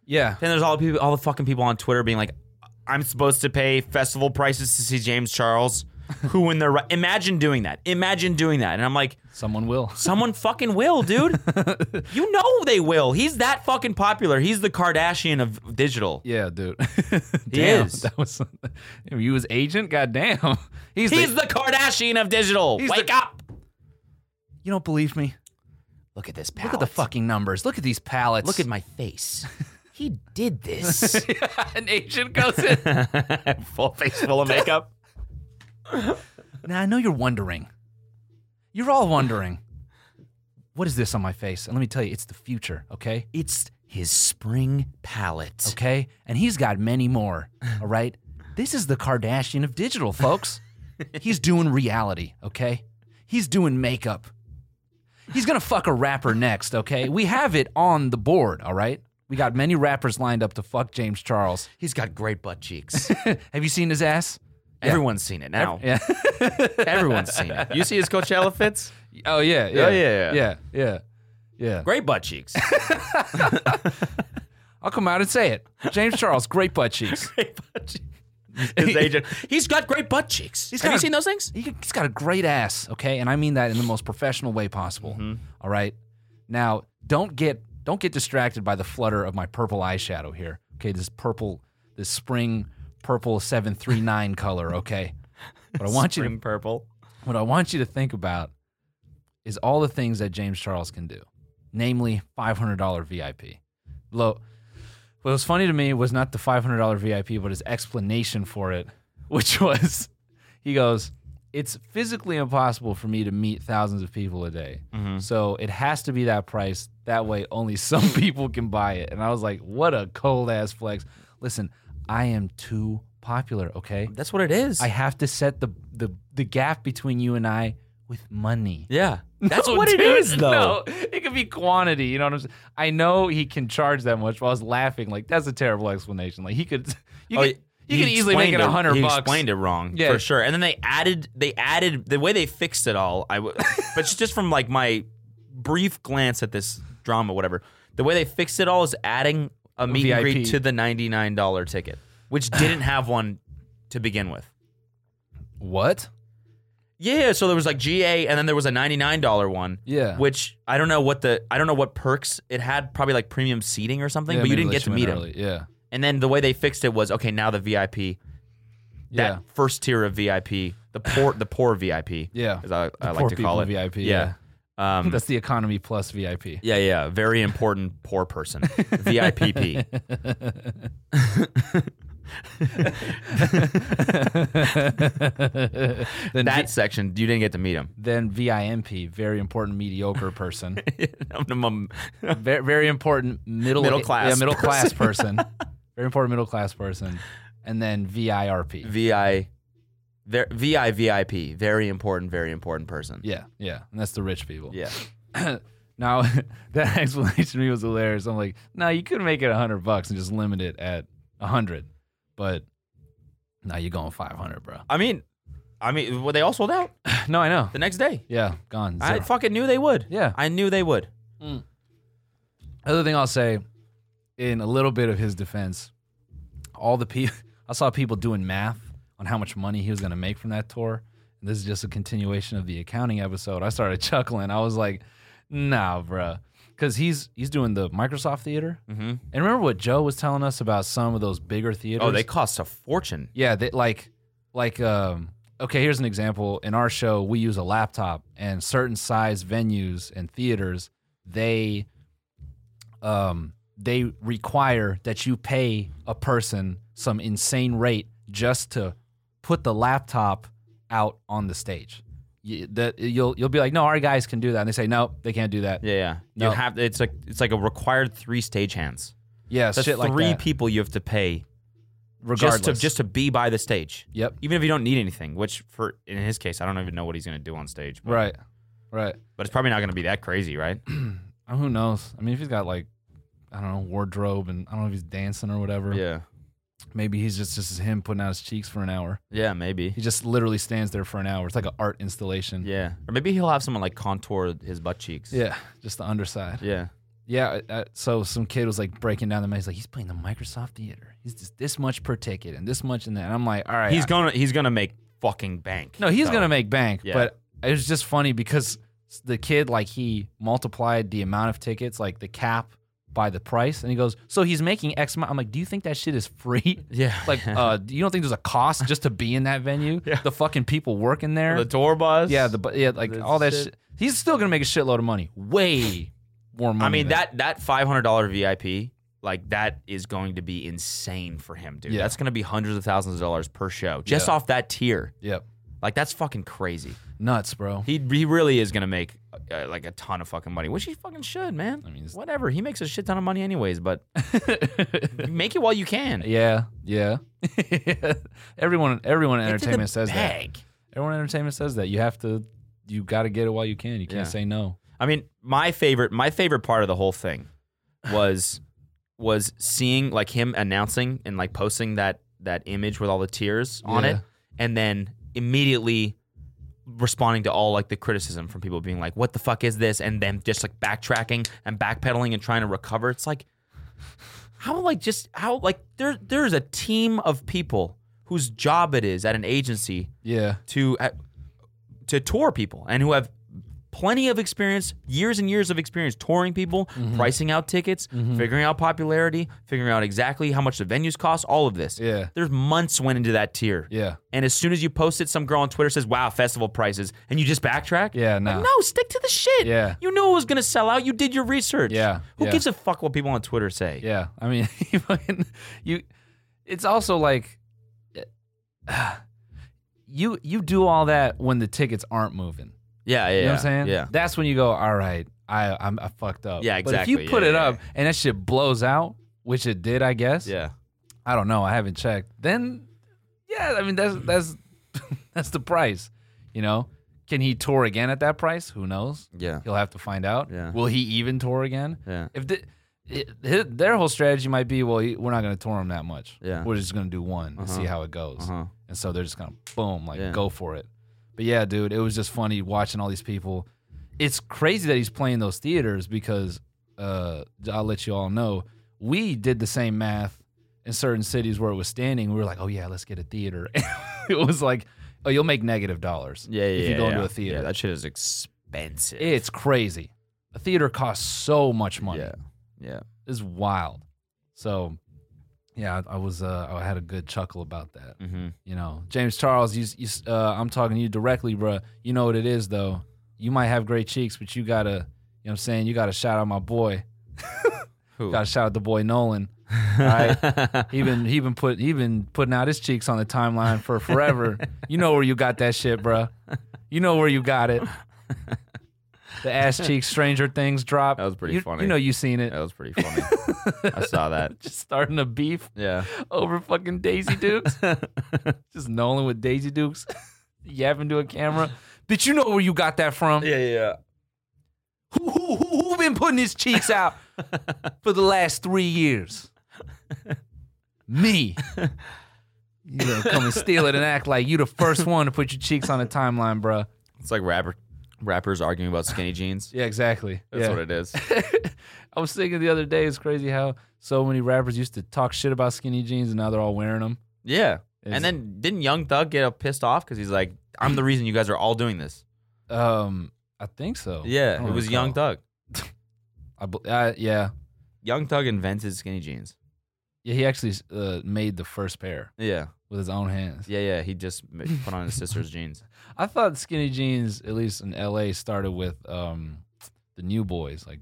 yeah,
Then there's all the people, all the fucking people on Twitter being like, "I'm supposed to pay festival prices to see James Charles." Who in their right? Imagine doing that. Imagine doing that. And I'm like,
someone will.
someone fucking will, (laughs) dude. you know they will. He's that fucking popular. He's the Kardashian of digital.
Yeah, dude. (laughs)
is.
That was. If you was agent, goddamn. (laughs) He's.
He's
the,
the Kardashian of digital.
He's
Wake
the-
up.
you don't believe me?
Look at this
Look at the fucking numbers. Look at these pallets.
Look at my (laughs) face. He did this.
(laughs) an agent goes in.
(laughs) full face full of makeup.
Now I know you're wondering. You're all wondering. What is this on my face? And let me tell you, it's the future, okay?
It's his spring palette.
Okay? And he's got many more, all right? This is the Kardashian of digital, folks. He's doing reality, okay? He's doing makeup. He's gonna fuck a rapper next, okay? We have it on the board, all right? We got many rappers lined up to fuck James Charles. (laughs)
He's got great butt (laughs) cheeks.
have you seen his ass?
Everyone's seen it now.
Yeah. (laughs)
Everyone's seen it. You see his Coachella fits?
Oh yeah, yeah,
yeah, yeah.
yeah, yeah. Yeah.
Great butt cheeks.
I'll come out and say it. James Charles, great butt cheeks.
(laughs) great butt cheeks. His agent. He's got great butt cheeks. Have you
got-
seen those things?
He- He's got a great ass, okay? And I mean that in the most professional way possible. All right. Now, don't get don't get distracted by the flutter of my purple eyeshadow here. Okay, this purple this spring purple 739 color, okay? But I want you to
Spring purple.
what I want you to think about is all the things that James Charles can do, namely $500 VIP. Lo, what was funny to me was not the $500 VIP, but his explanation for it, (laughs) which was he goes, It's physically impossible for me to meet thousands of people a day. So it has to be that price. That way, only (laughs) some people can buy it. And I was like, What a cold ass flex. Listen, I am too popular, okay?
That's what it is.
I have to set the the, the gap between you and I with money.
yeah. (laughs) That's
No,
what it
dude,
is, though.
(laughs) No, it could be quantity. You know what I'm saying? I know he can charge that much, but I was laughing. Like that's a terrible explanation. Like he could, (laughs) you
Oh,
could, you
he
could easily make it
explained
a hundred
He
bucks.
explained it wrong
Yeah.
for sure. And then they added, they added the way they fixed it all. I,
(laughs)
w- but it's just from like my brief glance at this drama, whatever. The way they fixed it all is adding a meet and
VIP.
greet to the ninety nine dollar ticket,
(sighs)
which didn't have one to begin with.
What?
Yeah, so there was like GA, and then there was a ninety nine dollar one.
Yeah.
which I don't know what the I don't know what perks it had. Probably like premium seating or something, but you didn't get to meet him.
Yeah.
And then the way they fixed it was okay. Now the VIP that
(laughs) Yeah.
first tier of VIP, the poor, the poor VIP.
Yeah.
as I, I
poor
like to call
people
it.
VIP,
Um,
That's the economy plus VIP.
yeah, yeah. Very important poor
(laughs)
person. VIPP.
Then
That section, you didn't get to meet
(laughs)
him. (laughs)
v- then VIMP, very important mediocre person. (laughs)
I'm- (laughs) I'm-
very, very important middle
Middle class
yeah, middle class person. (laughs) very important middle class person, and then VIRP.
VI, ver- VI VIP. Very important. Very important person.
Yeah, yeah, and that's the rich people.
Yeah.
Now (laughs) that explanation to me was hilarious. I'm like, no, you could make it a hundred bucks and just limit it at a hundred, but now you're going five hundred, bro.
I mean, I mean, well, they all sold out
(laughs) No, I know.
the next day.
Yeah, gone.
I
zero.
fucking knew they would.
Yeah.
I knew they would.
Other thing I'll say, in a little bit of his defense, all the people (laughs) I saw people doing math on how much money he was going to make from that tour. And this is just a continuation of the accounting episode. I started (laughs) chuckling. I was like, "Nah, bruh," because he's he's doing the Microsoft Theater. Mm-hmm. And remember what Joe was telling us about some of those bigger theaters?
Oh, they cost a fortune.
Yeah, they, like, like, um, okay. Here's an example. In our show, we use a laptop, and certain size venues and theaters, they, um, they require that you pay a person some insane rate just to put the laptop out on the stage. You, that you'll you'll be like, no, our guys can do that, and they say, no, they can't do that.
Yeah, yeah.
No.
You have it's like it's like a required three stagehands.
yeah
That's
shit like
three
that.
people you have to pay
regardless,
just to just to be by the stage.
yep,
Even if you don't need anything, which for in his case, I don't even know what he's gonna do on stage. But,
right, right.
But it's probably not gonna be that crazy, right?
(clears throat) Uh, Who knows? I mean, if he's got like, I don't know, wardrobe, and I don't know if he's dancing or whatever.
yeah.
Maybe he's just just him putting out his cheeks for an hour.
Yeah, maybe.
He just literally stands there for an hour. It's like an art installation.
Yeah. Or maybe he'll have someone like contour his butt cheeks.
Yeah, just the underside.
Yeah.
Yeah. I- I- so some kid was like breaking down the money. He's like, he's playing the Microsoft Theater. He's just this much per ticket and this much and that. And I'm like, all right.
He's
I-
gonna he's gonna make fucking bank.
No, he's
So-
gonna make bank.
Yeah.
But it was just funny because the kid, like, he multiplied the amount of tickets, like the cap, by the price, and he goes, "So he's making X amount." I'm like, "Do you think that shit is free?" (laughs)
Yeah.
Like, uh, you don't think there's a cost just to be in that venue?
Yeah.
The fucking people working
(laughs)
there.
the tour bus.
yeah. The bu- yeah, like
the
all that
shit.
shit. He's still gonna make a shitload of money. Way more money.
I mean
than-
that that five hundred dollar VIP, like that is going to be insane for him, dude.
Yeah.
That's going to be hundreds of thousands of dollars per show just
Yeah.
off that tier.
Yep.
Like that's fucking crazy.
Nuts,
(laughs)
bro. (laughs)
He he really is going to make uh, like a ton of fucking money, which he fucking should, man. I
mean,
mean,
it's-
whatever. He makes a shit ton of money anyways, but (laughs) make it while you can.
yeah. Yeah. everyone. Everyone in
Get to the
(laughs) entertainment says that.
bag.
Everyone in entertainment says that. You have to, you got to get it while you can. You can't
Yeah.
say no.
I mean, my favorite my favorite part of the whole thing was was seeing like him announcing and like posting that that image with all the tears on
Yeah.
it and then immediately responding to all like the criticism from people being like, "What the fuck is this?" and then just like backtracking and backpedaling and trying to recover. It's like how like just how like there there is a team of people whose job it is at an agency
Yeah.
to uh, to tour people and who have plenty of experience, years and years of experience touring people,
Mm-hmm.
pricing out tickets, figuring out popularity, figuring out exactly how much the venues cost, all of this.
Yeah.
There's months went into that tier.
Yeah.
And as soon as you post it, some girl on Twitter says, "Wow, festival prices," and you just backtrack.
Yeah, no.
Like, no, stick to the shit.
Yeah.
you knew it was gonna sell out. You did your research.
Yeah,
who
yeah.
gives a fuck what people on Twitter say?
Yeah, I mean, (laughs) you, fucking, you. It's also like, (sighs) uh, you you do all that when the tickets aren't moving.
yeah, yeah.
You know what I'm
yeah,
saying?
Yeah,
That's when you go, all right, I I'm I fucked up.
Yeah,
But if
exactly.
you put
Yeah,
it
yeah,
up and that shit blows out, which it did, I guess.
yeah.
I don't know. I haven't checked. Then, yeah, I mean that's that's (laughs) that's the price. You know, can he tour again at that price? Who knows?
Yeah.
he'll have to find out.
Yeah.
Will he even tour again?
Yeah.
If the, it, hi- their whole strategy might be, well, he- we're not going to tour him that much.
Yeah.
We're just going to do one and see how it goes.
Uh-huh.
And so they're just going to boom, like
Yeah.
go for it. But yeah, dude, it was just funny watching all these people. It's crazy that he's playing those theaters because uh, I'll let you all know we did the same math in certain cities where it was standing. We were like, oh yeah, let's get a theater. (laughs) it was like, oh, you'll make negative dollars
Yeah, yeah.
if you
yeah,
go
yeah.
into a theater.
Yeah, that shit is expensive.
It's crazy. A theater costs so much money.
Yeah. Yeah.
It's wild. So, yeah, I, I was uh, I had a good chuckle about that.
(laughs) Mm-hmm.
You know, James Charles, you, you uh, I'm talking to you directly, bruh. You know what it is though. You might have great cheeks, but you gotta, you know, what I'm saying you gotta shout out my boy.
(laughs) Who?
Gotta shout out the boy Nolan. All right. He been he been put he been putting out his cheeks on the timeline for forever. you know where you got that shit, bruh. You know where you
(laughs)
got it. The ass cheeks Stranger Things drop.
That was pretty
You-
funny.
You know you seen it.
That was pretty funny. I saw that.
(laughs) Just starting a beef
(laughs) Yeah.
over fucking Daisy
(laughs)
Dukes. Just Nolan with Daisy Dukes yapping to a camera. Bitch, you know where you got that from.
yeah.
Who, who, who, who been putting his
(laughs)
cheeks out for the last three years? Me. You gonna come and steal it and act like you the first one to put your cheeks on the timeline, bruh.
It's like rapper rappers arguing about skinny jeans.
Yeah, exactly.
That's
(laughs) yeah.
what it is.
(laughs) I was thinking the other day, it's crazy how so many rappers used to talk shit about skinny jeans and now they're all wearing them.
Yeah.
Is-
and then didn't Young Thug get all pissed off because he's like, I'm the reason you guys are all doing this.
Um, I think so. I
Yeah.
don't
It was Young
recall.
Thug.
I, bel- I, yeah,
Young Thug invented skinny jeans.
yeah. He actually uh, made the first pair
Yeah.
with his own hands.
Yeah. Yeah. He just m- put on his sister's jeans.
I thought skinny jeans, at least in L.A., started with um, the new boys, like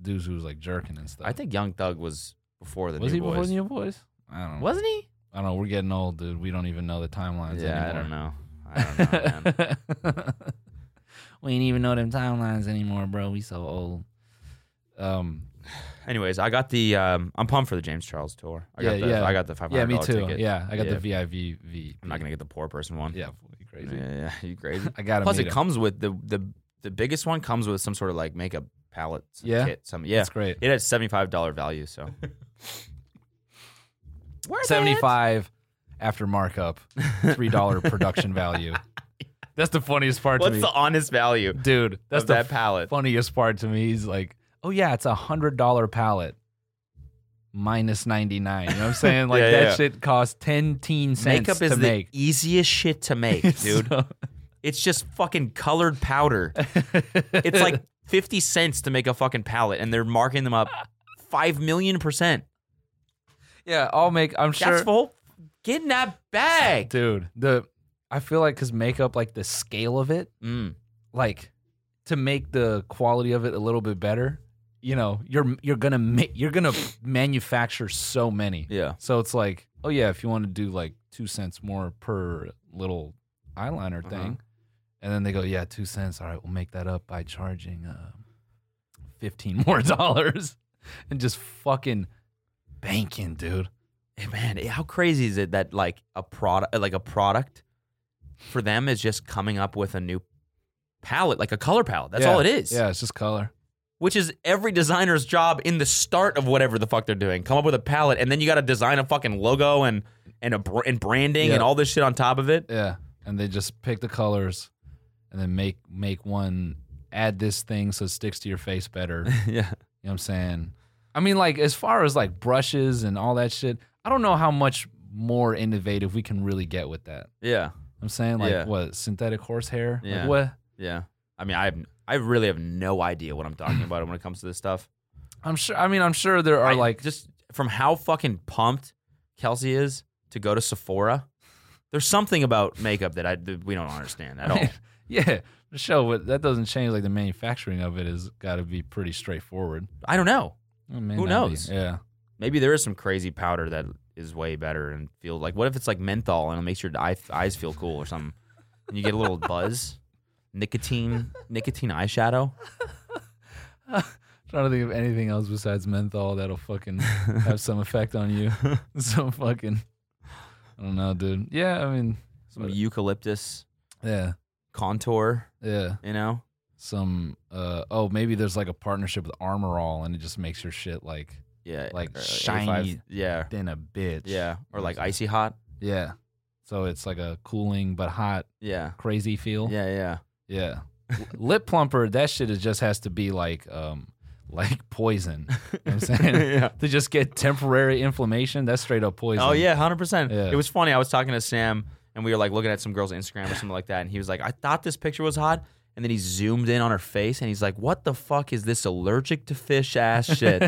dudes who was like jerking and
(laughs)
stuff.
I think Young Thug was before the
was
new
he before
boys.
the new boys? I don't know.
Wasn't he?
I don't know. We're getting old, dude. We don't even know the timelines
Yeah. I don't
anymore.
know. I don't know, man.
(laughs) don't know. we ain't even know them timelines anymore, bro. We so old. Um,
Anyways, I got the. Um, I'm pumped for the James Charles tour. I got
Yeah,
the,
yeah.
I got the five
yeah,
hundred
me
dollar
too.
ticket.
Yeah, I got
Yeah.
the VIVV.
I'm not gonna get the poor person one.
Yeah,
(laughs) yeah,
fucking crazy.
yeah. You crazy?
(laughs) I got
Plus, it comes with the the the biggest one comes with some sort of like makeup palette. Some
Yeah?
kit, some yeah.
That's great.
It has seventy five dollar value.
(laughs)
So Worth it.
75 after markup, (laughs) $3 production value. That's the funniest part
What's
to me.
the honest value
Dude, that's
of
the
that palette?
funniest part to me. He's like, oh, yeah, it's a $100 palette minus 99. You know what
(laughs)
I'm saying? Like,
Yeah,
that
yeah.
shit costs 10 teen cents
Makeup
to
is the
make.
easiest shit to
(laughs)
make, dude.
So-
It's just fucking colored powder. (laughs) it's like 50 cents to make a fucking palette, and they're marking them up 5 million percent.
(laughs) yeah, I'll make, I'm sure.
That's full. Get in that
(laughs)
bag.
dude, the, I feel like because makeup, like the scale of it,
Mm.
like to make the quality of it a little bit better you know you're you're gonna make you're gonna manufacture so many
Yeah.
so it's like oh yeah if you want to do like two cents more per little eyeliner
Uh-huh.
thing and then they go yeah two cents all right we'll make that up by charging uh, 15 (laughs) more dollars and just fucking banking dude
Hey, man, eh, how crazy is it that like a product, like a product, for them is just coming up with a new palette, like a color palette. That's
Yeah.
all it is.
yeah it's just color
Which is every designer's job in the start of whatever the fuck they're doing. Come up with a palette, and then you got to design a fucking logo and and a br- and branding
Yeah. (laughs)
and all this shit on top of it.
Yeah, and they just pick the colors, and then make make one add this thing so it sticks to your
(laughs)
face better. you know
yeah.
what I'm saying? I mean, like as far as like brushes and all that shit, I don't know how much more innovative we can really get with that.
Yeah.
I'm saying like
Yeah.
what synthetic horsehair?
Yeah.
Like what?
Yeah. I mean, I have, I really have no idea what I'm talking about when it comes to this stuff.
I'm sure. I mean, I'm sure there are
I-
like
just from how fucking pumped Kelsey is to go to Sephora. There's something about makeup that I that we don't understand
(laughs)
at all.
(laughs) yeah, the show, but that doesn't change. Like the manufacturing of it has got to be pretty straightforward.
I don't know.
It may
Who
not be.
knows?
Yeah,
Maybe there is some crazy powder that is way better and feels like. What if it's like menthol and it makes your eye, eyes feel cool or something, and you get a little buzz? Nicotine, nicotine
(laughs)
eyeshadow.
trying to think of anything else besides menthol that'll fucking have some effect
(laughs)
on you. (laughs) some fucking, I don't know, dude. Yeah, I mean,
Some eucalyptus
yeah,
contour.
yeah.
You know.
Some uh oh, maybe there's like a partnership with Armorall, and it just makes your shit like
Yeah.
Like
or A5
shiny.
Yeah.
thin a bitch.
Yeah. Or like icy hot.
yeah. So it's like a cooling but hot,
Yeah.
crazy feel.
Yeah. Yeah.
Yeah. L- Lip plumper, that shit is just has to be like um like poison. You know
(laughs)
what I'm saying?
yeah.
to just get temporary inflammation, that's straight up poison.
Oh yeah, hundred percent.
Yeah.
It was funny. I was talking to Sam, and we were like looking at some girl's Instagram or something like that, and he was like, "I thought this picture was hot," and then he zoomed in on her face, and he's like, "What the fuck is this allergic to fish ass
(laughs)
shit?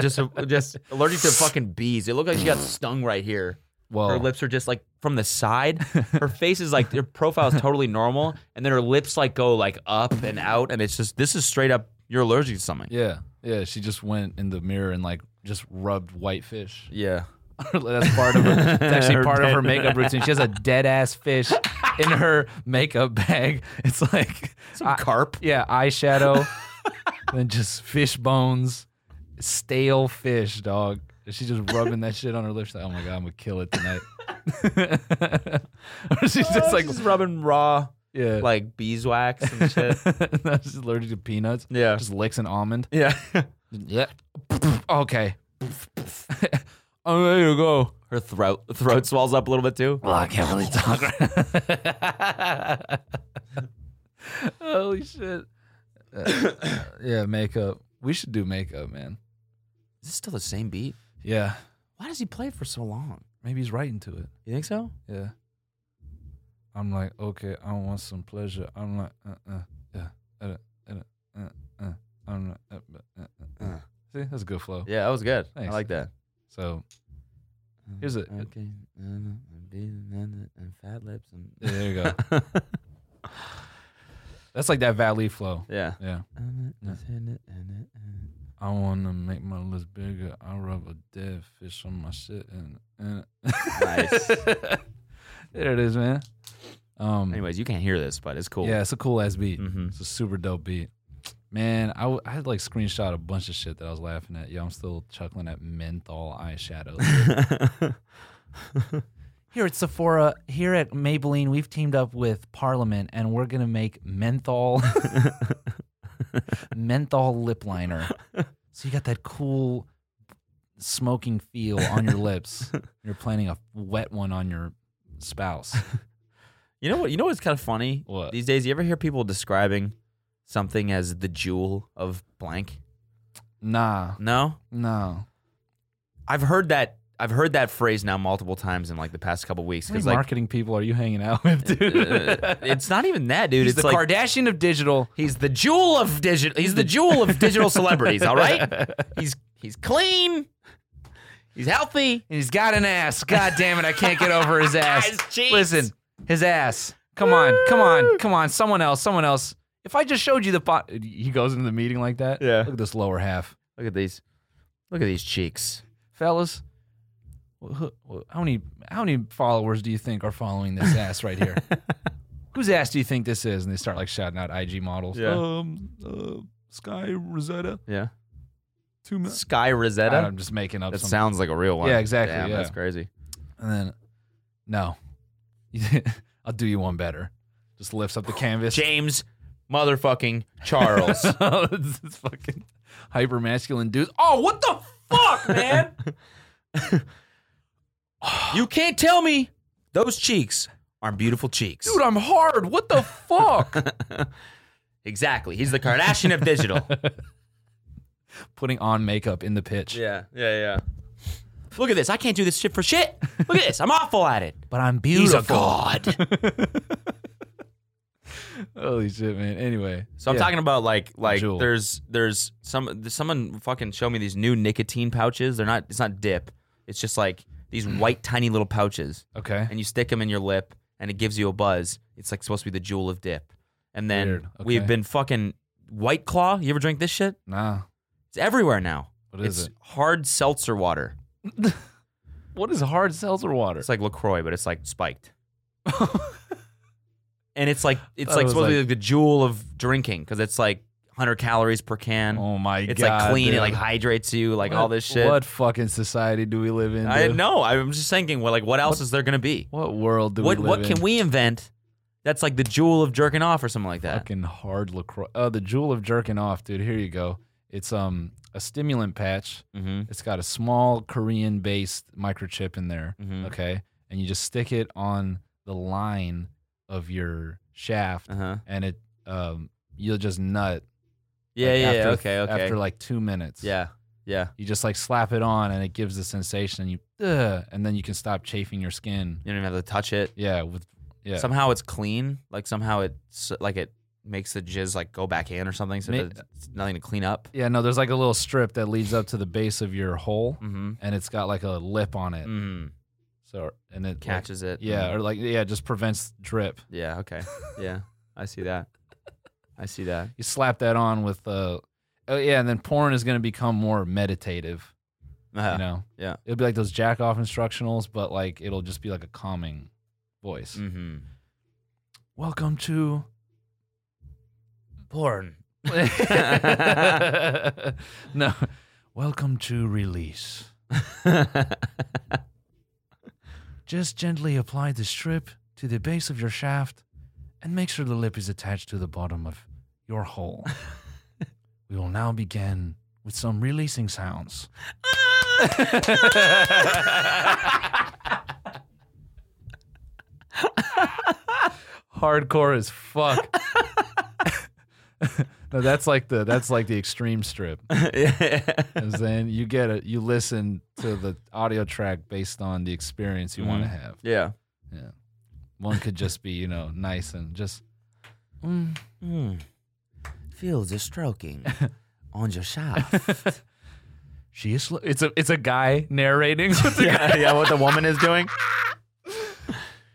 just, just allergic to fucking bees. It looked like she got stung right here."
Well,
Her lips are just like from the side. Her face is like her profile is totally normal, and then her lips like go like up and out, and it's just this is straight up you're allergic to something.
yeah. Yeah, she just went in the mirror and like just rubbed white fish.
Yeah,
(laughs) that's part of her. It's actually
Her
part of
dead-
her makeup routine. She has (laughs) a dead ass fish in her makeup bag. (laughs) It's like
some carp.
Yeah, (laughs) eyeshadow, then just fish bones, stale fish, dog. She's just rubbing that shit on her lips. Like, oh my god, I'm gonna kill it tonight. (laughs) Or
(laughs)
Oh, she's just like,
Oh, she's rubbing raw
yeah, (laughs) like,
like beeswax (laughs) and shit.
she's allergic to peanuts.
Yeah.
just licks an almond.
yeah.
Yeah. okay. (laughs) oh, there you go.
(laughs) Her throat throat swells up a little bit (laughs) too.
Oh, I can't really talk. (laughs) right- Holy shit.
(coughs)
Uh, yeah, makeup. We should do makeup, man.
Is this still the same beat?
Yeah.
Why does he play it for so long?
Maybe he's writing to it.
You think so?
Yeah. I'm like, okay, I want some pleasure. I'm like, uh, uh, yeah, uh, uh, uh, uh, I'm like, uh, uh, uh, uh. See, that's a good flow.
Yeah, that was good.
Thanks.
I like that.
So,
Uh,
Here's a-
Okay. And fat lips and
yeah, there you go.
(laughs)
that's like that valley flow.
yeah.
Yeah. I want to make my lips bigger. I rub a dead fish on my shit. And, and
Nice.
(laughs) there it is, man. Um,
Anyways, you can't hear this, but it's cool.
Yeah, it's a cool ass beat.
Mhm.
It's a super dope beat. Man, I, w- I had like screenshot a bunch of shit that I was laughing at. Yo, I'm still chuckling at menthol eyeshadows. here at Sephora, here at Maybelline, we've teamed up with Parliament and we're going to make menthol menthol lip liner. So you got that cool smoking feel on your lips. You're planning a wet one on your spouse.
(laughs) You know what? You know what's kind of funny?
What?
These days, you ever hear people describing something as the jewel of blank?
Nah,
No.
no.
I've heard that I've heard that phrase now multiple times in like the past couple weeks
How many
because like
marketing people are you hanging out with, dude?
uh, it's not even that dude.
He's
it's
the
like
Kardashian of digital.
he's the jewel of digital. He's the jewel of digital celebrities. All
(laughs)
right, he's he's clean. He's healthy.
And he's got an ass. God damn it, I can't get over his ass.
His cheeks.
Listen, his ass. Come on, come on, come on. Someone else, someone else. If I just showed you the pot, he goes into the meeting like that.
Yeah.
Look at this lower half,
Look at these. Look at these cheeks.
fellas. wh- wh- How many how many followers do you think are following this
(laughs)
ass right here? Whose ass do you think this is? And they start like shouting out IG models.
Yeah.
Um, uh, Sky Rosetta,
Yeah.
two minutes.
Sky Rosetta.
I'm just making up.
That
something.
sounds like a real one.
Yeah, exactly,
Damn,
yeah.
That's crazy.
And then, no, (laughs) I'll do you one better. Just
(gasps)
lifts up the canvas.
James, motherfucking Charles.
(laughs) this is fucking hyper masculine dude. Oh, what the
(laughs)
fuck, man?
you can't tell me those cheeks our beautiful cheeks.
Dude, I'm hard. What
(laughs)
the fuck?
Exactly. He's the Kardashian of digital.
Putting on makeup in the pitch.
yeah, yeah, yeah. Look at this. I can't do this shit for shit. Look at this. I'm awful at it.
But I'm
He's
beautiful.
a god.
(laughs) Holy shit, man. Anyway.
So I'm
yeah.
talking about like like
Jewel.
there's there's some someone fucking showed me these new nicotine pouches. They're not it's not dip. It's just like these white tiny little pouches.
Okay.
and you stick them in your lip and it gives you a buzz. It's like supposed to be the jewel of dip. And then
Weird. Okay.
we've been fucking White Claw. You ever drink this shit?
Nah.
It's everywhere now.
What is
it's
it?
hard seltzer water.
What is hard seltzer water?
It's like LaCroix, but it's like
(laughs)
spiked. and it's like it's
Thought it
like
was
supposed to be
like-
like the jewel of drinking because it's like 100 calories per can.
oh my god.
it's like clean. It
dude.
like hydrates you. Like
What-
all this shit.
What fucking society do we live in?
I
dude?
know. I'm just thinking. Well, like what else is there gonna be?
What world do
What
we live
what
in?
can we invent? That's like the jewel of jerking off or something like that.
Fucking hard LaCroix. Uh, the jewel of jerking off, dude. Here you go. It's um a stimulant patch.
Mm-hmm.
It's got a small Korean based microchip in there.
Mhm.
Okay. And you just stick it on the line of your
(laughs)
shaft
Uh huh.
and it um you'll just nut.
Yeah,
like,
yeah.
after,
okay, okay.
After like two minutes.
yeah, yeah.
You just like slap it on and it gives the sensation and you Ugh, and then you can stop chafing your skin.
You don't even have to touch it.
Yeah, with yeah.
Somehow it's clean. Like somehow it s- like it makes the jizz like go back in or something. So
Ma-
that it's nothing to clean up.
yeah, no, there's like a little strip that leads up to the base of your hole
Mm-hmm.
and it's got like a lip on it.
Mm.
So and it like,
Catches it.
yeah,
Mhm.
or like yeah, just prevents drip.
yeah.
(laughs)
Okay. Yeah. I see that. I see that.
You slap that on with uh oh yeah, and then porn is gonna become more meditative.
Uh-huh.
(laughs) you know?
yeah.
It'll be like those jack off instructionals, but like it'll just be like a calming voice.
Mm-hmm.
Welcome to
(laughs) Porn.
(laughs) No. Welcome to release.
Mm-hmm.
(laughs) Just gently apply the strip to the base of your shaft and make sure the lip is attached to the bottom of your (laughs) hole. we will now begin with some releasing sounds. (laughs) Hardcore as fuck. (laughs) no, that's like the that's like the extreme strip. Because then you get a you listen to the audio track based on the experience you want to have.
(laughs) yeah.
One could just be, you know, nice and just
Feel the
(laughs)
stroking on your shaft.
she is. Sl-. It's a it's a guy narrating. It's
(laughs)
a guy.
yeah, yeah, what the woman is doing.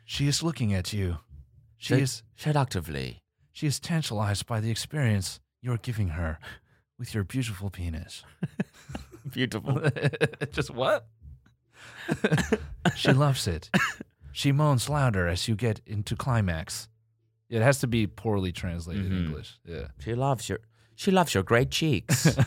She is looking at you. She
Shut-
is
Seductively.
she is tantalized by the experience you're giving her with your beautiful penis.
Beautiful.
(laughs) just what? she loves it. She moans louder as you get into climax. It has to be poorly translated
Mhm.
English. Yeah.
She loves your she loves your great
(laughs)
cheeks.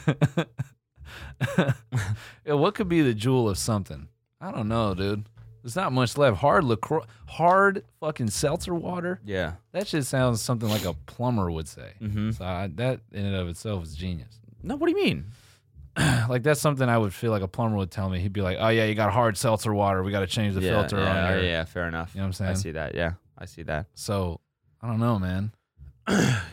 Yeah, what could be the jewel of something? I don't know, dude. There's not much left. Hard LaCroix, hard fucking seltzer water.
yeah.
That shit sounds something like a plumber would say.
Mm-hmm.
So I, that in and of itself is genius. (clears throat)
No, what do you mean?
Like that's something I would feel like a plumber would tell me. He'd be like, "Oh yeah, you got hard seltzer water. We got to change the filter
yeah,
on
yeah,
here."
yeah, fair enough.
You know what I'm saying?
I see that. Yeah, I see that.
So I don't know, man.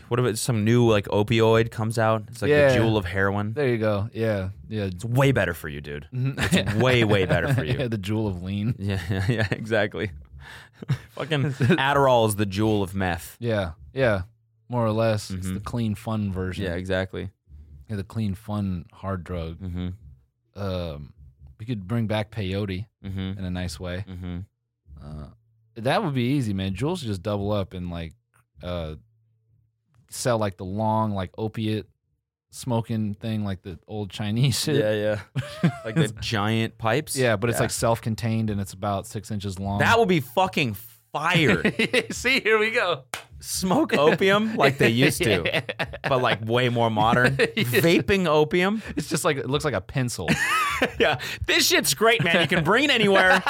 What if it's some new like opioid comes out? It's like
Yeah.
the jewel of heroin.
There you go. Yeah, yeah. (laughs)
It's way better for you, (laughs) dude. way, way better for you.
yeah, the jewel of lean.
Yeah, (laughs) yeah, yeah (laughs) exactly. Fucking Adderall is the jewel of meth.
Yeah, yeah. More or less, it's
Mhm.
the clean fun version.
Yeah, exactly.
Yeah, the clean fun hard drug.
Mm-hmm.
um, we could bring back peyote
Mm-hmm.
in a nice way.
Mm-hmm.
Uh, that would be easy, man. Jules should just double up and like uh, sell like the long like opiate smoking thing, like the old Chinese shit.
Yeah, yeah. (laughs) Like the giant pipes.
Yeah, but it's like self-contained and it's about six inches long. (laughs)
that would be fucking (laughs) fire.
see, here we go.
Smoke opium like they used (laughs)
(laughs)
to. but like way more (laughs) modern. Vaping opium.
It's just like it looks like a pencil.
Yeah. This shit's great, man. You can bring it (laughs) anywhere.
(laughs)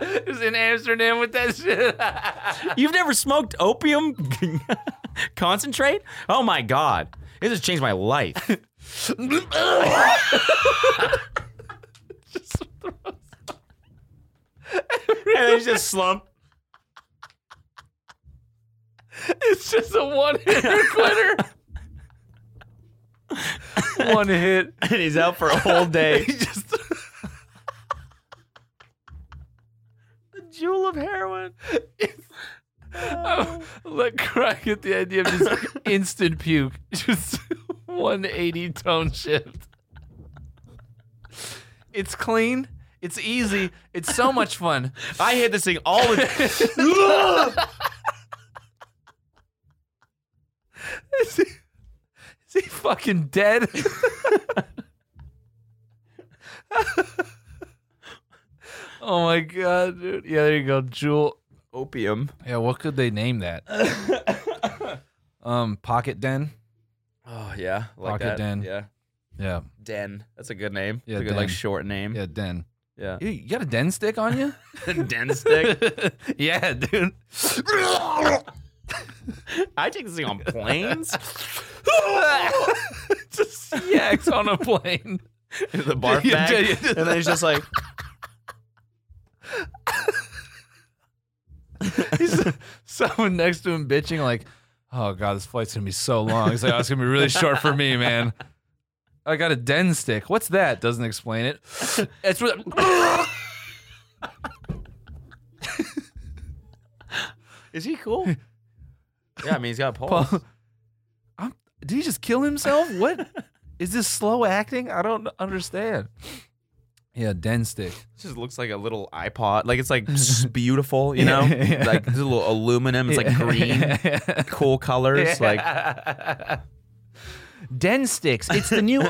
it's in Amsterdam with that shit. (laughs)
You've never smoked opium (laughs) concentrate? Oh my God. It just changed my life. and then you just slump.
It's just a one hitter (laughs) quitter. one hit.
and he's out for a whole
(laughs)
day.
Just
Jewel of heroin.
I'm like crying at the idea of just (laughs) instant puke. Just 180 tone shift. It's clean. It's easy. It's so much fun.
I hit this thing all the
(laughs) Is he, is he fucking dead? (laughs) oh my god, dude. Yeah, there you go, Jewel.
opium.
Yeah, what could they name (laughs) that? um, Pocket Den.
Oh yeah, I like
Pocket
that.
den.
Yeah,
Yeah,
den. That's a good name.
Yeah,
it's a good like
den.
short name.
yeah, Den.
Yeah,
You, you got a den stick on you?
den stick.
(laughs) yeah, dude.
I take this thing on planes.
(laughs) Just yaks on a plane.
the barf
(laughs) Yeah,
bag,
yeah, yeah.
and then he's just like,
He's, (laughs) someone next to him bitching like, "Oh god, this flight's gonna be so long." He's like, "Oh, it's gonna be really short for me, man." I got a den stick. What's that? Doesn't
(laughs)
explain it. It's really- (coughs)
"Is he
(laughs)
cool?" yeah, I mean he's got pulse.
Paul. I'm, did he just kill himself? What is this slow acting? I don't understand. Yeah, den stick.
It just looks like a little iPod. Like it's
(laughs)
like s- beautiful, you know,
Yeah.
like this little aluminum. It's like
(laughs)
green, cool colors. Like
Den sticks. It's the new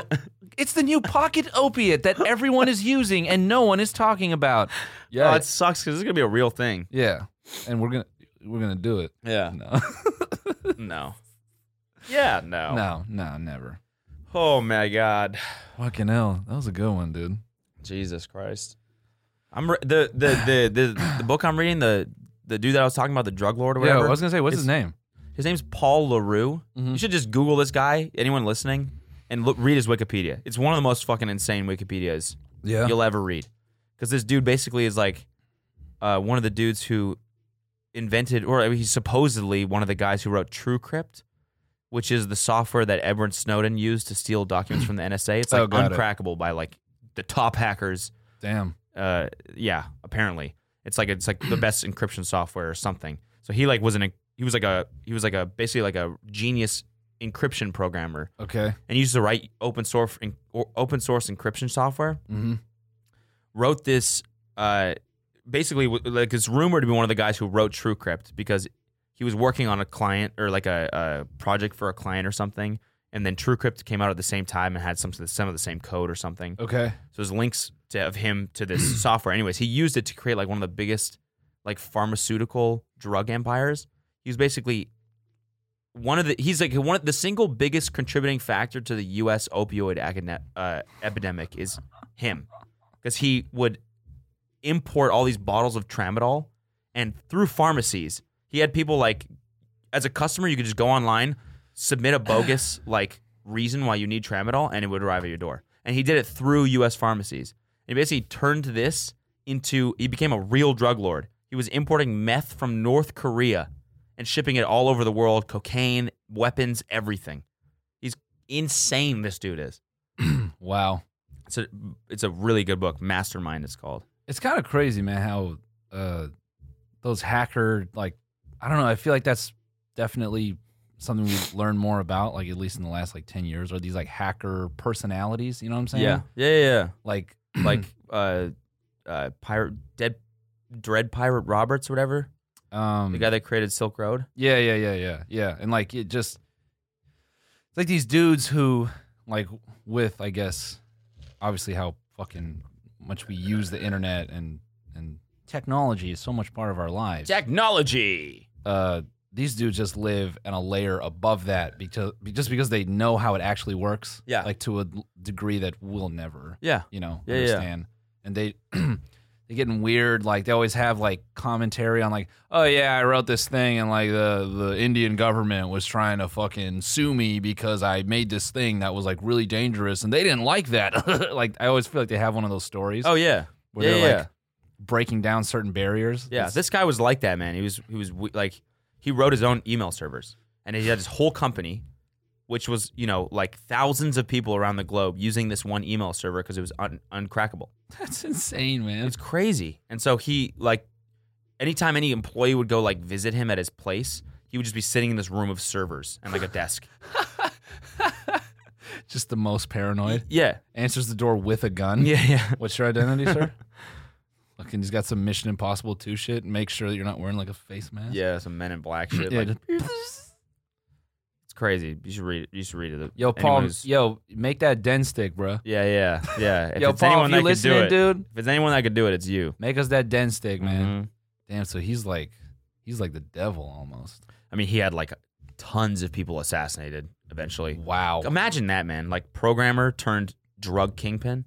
it's the new pocket opiate that everyone is using and no one is talking about. Yeah.
oh, it sucks because it's gonna be a real thing.
yeah. And we're going to we're going to do it.
Yeah,
No. (laughs)
no, yeah, no.
no, no, never.
Oh my god,
Fucking hell. That was a good one, dude.
Jesus Christ! I'm re- the, the the the the book I'm reading the the dude that I was talking about the drug lord or
Yeah,
whatever.
I was going to say what's his name?
His name's Paul LaRue.
Mm-hmm.
You should just Google this guy, anyone listening, and look, read his Wikipedia. It's one of the most fucking insane Wikipedias
Yeah.
you'll ever read. Because this dude basically is like uh, one of the dudes who invented, or he's supposedly one of the guys who wrote TrueCrypt, which is the software that Edward Snowden used to steal documents from the NSA. It's like
Oh, got it.
uncrackable by like the top hackers
Damn.
uh yeah apparently it's like it's like the best encryption software or something so he like was an he was like a he was like a basically like a genius encryption programmer
Okay.
and he used to write open source en- or open source encryption software
Mhm.
wrote this uh basically w- like it's rumored to be one of the guys who wrote TrueCrypt because he was working on a client or like a, a project for a client or something and then TrueCrypt came out at the same time and had some some of the same code or something
Okay.
so there's links to, of him to this software. Anyways, he used it to create like one of the biggest like pharmaceutical drug empires. He was basically one of the he's like one of the single biggest contributing factor to the U.S. opioid academ- uh, epidemic is him because he would import all these bottles of tramadol and through pharmacies he had people like as a customer you could just go online submit a bogus (sighs) like reason why you need tramadol and it would arrive at your door and he did it through us pharmacies and he basically turned this into he became a real drug lord he was importing meth from north korea and shipping it all over the world cocaine weapons everything he's insane this dude is
Wow.
it's a it's a really good book mastermind it's called
it's kind of crazy, man, how uh, those hacker like I don't know. I feel like that's definitely something we've learned more about, like at least in the last like ten years, are these like hacker personalities. You know what I'm saying?
yeah yeah, yeah.
Like
like uh uh pirate dead dread pirate roberts or whatever
um,
the guy that created silk road
Yeah, yeah, yeah, yeah, yeah. And like it just it's like these dudes who like with I guess obviously how fucking much we use the internet and and technology is so much part of our lives.
technology
uh, these dudes just live in a layer above that because just because they know how it actually works.
Yeah.
Like to a l- degree that we'll never,
yeah
you know,
Yeah, yeah.
understand. And they (clears throat) they getting weird. Like they always have like commentary on like, oh yeah, I wrote this thing and like the the Indian government was trying to fucking sue me because I made this thing that was like really dangerous and they didn't like that. (laughs) like I always feel like they have one of those stories
oh yeah
where
yeah
they're
yeah
like breaking down certain barriers.
yeah
It's-
this guy was like that man he was he was we- like he wrote his own email servers, and he had his whole company, which was you know like thousands of people around the globe using this one email server because it was un- uncrackable.
That's insane, man.
It's crazy. And so he like anytime any employee would go like visit him at his place, he would just be sitting in this room of servers and like a desk.
Just the
(laughs)
most paranoid.
(laughs) Yeah.
Answers the door with a gun.
Yeah, yeah.
What's your identity,
(laughs)
sir? Fucking, he's got some Mission Impossible 2 shit. Make sure that you're not wearing like a face mask.
Yeah, some men in black shit.
Yeah,
like,
just-
(laughs) it's crazy. You should read it. You should read it.
yo,
Anyone
Paul.
who's-
Yo, make that den stick, bro.
Yeah, yeah, yeah. If
Yo,
it's
Paul,
anyone
if
that could do
you listening,
it,
dude,
if it's anyone that could do it, it's you.
make us that den stick, man.
Mhm.
Damn. So he's like, he's like the devil almost.
I mean, he had like tons of people assassinated eventually.
Wow.
Imagine that, man. Like programmer turned drug kingpin.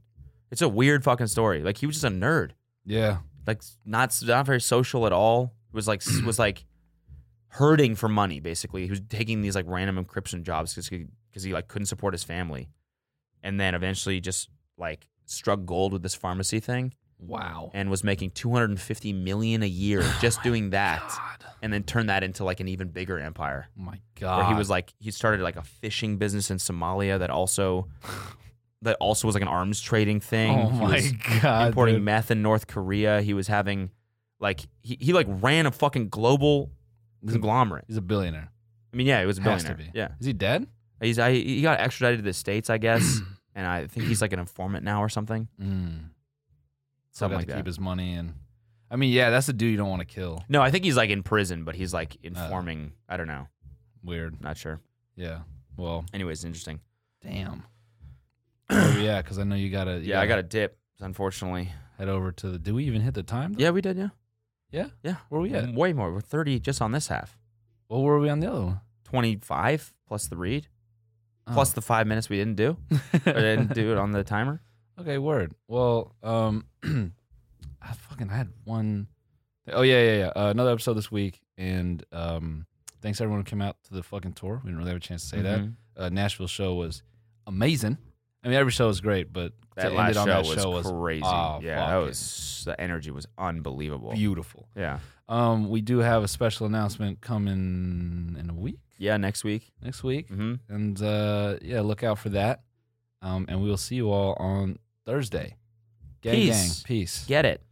It's a weird fucking story. Like he was just a nerd.
Yeah.
Like not not very social at all. Was like was like hurting for money basically. He was taking these like random encryption jobs because he, 'cause he like couldn't support his family, and then eventually just like struck gold with this pharmacy thing
Wow.
and was making 250 million a year just doing that
Oh God.
and then turned that into like an even bigger empire
Oh my God.
where he was like he started like a fishing business in Somalia that also that also was like an arms trading thing.
oh
He
my
was
God.
importing
dude.
meth in North Korea. He was having like he, he like ran a fucking global conglomerate.
He's a billionaire.
I mean, yeah, he was a
Has to
billionaire.
be.
Yeah,
Is he dead?
he's I, he got extradited to the states, I
(clears throat)
guess, and I think he's like an informant now or something.
Mm. Still
Something
got
like
to
that.
keep his money and. I mean, yeah, that's a dude you don't want to kill.
No, I think he's like in prison, but he's
Uh.
like informing. I don't know,
Weird.
not sure.
Yeah. Well,
Anyways, interesting.
(clears throat) damn. Where we at? Because I know you gotta. you
Yeah, I got
gotta
a dip, unfortunately.
head over to the. Did we even hit the time? though?
Yeah, we did. Yeah,
Yeah.
yeah. Mm,
Where we at?
Way more. We're thirty just on this half.
What were we on the other one? Oh.
25 plus the read
(laughs)
plus the five minutes we didn't do or didn't do it on the timer
Okay, word. Well, um, (clears throat) I fucking had one. Oh yeah, yeah, yeah. Uh, another episode this week, and um, thanks to everyone who came out to the fucking tour. We didn't really have a chance to say
Mhm.
that. Uh, Nashville show was amazing. I mean, every show was great, but to
that
end
last
it
show,
on that
was
show was
crazy
oh,
yeah that
fucking
was the energy was unbelievable
beautiful.
yeah
Um, we do have a special announcement coming in a week,
yeah next week
next week,
hmm
and uh, yeah, look out for that. Um, and we will see you all on Thursday. Gang,
Peace.
gang, peace.
get it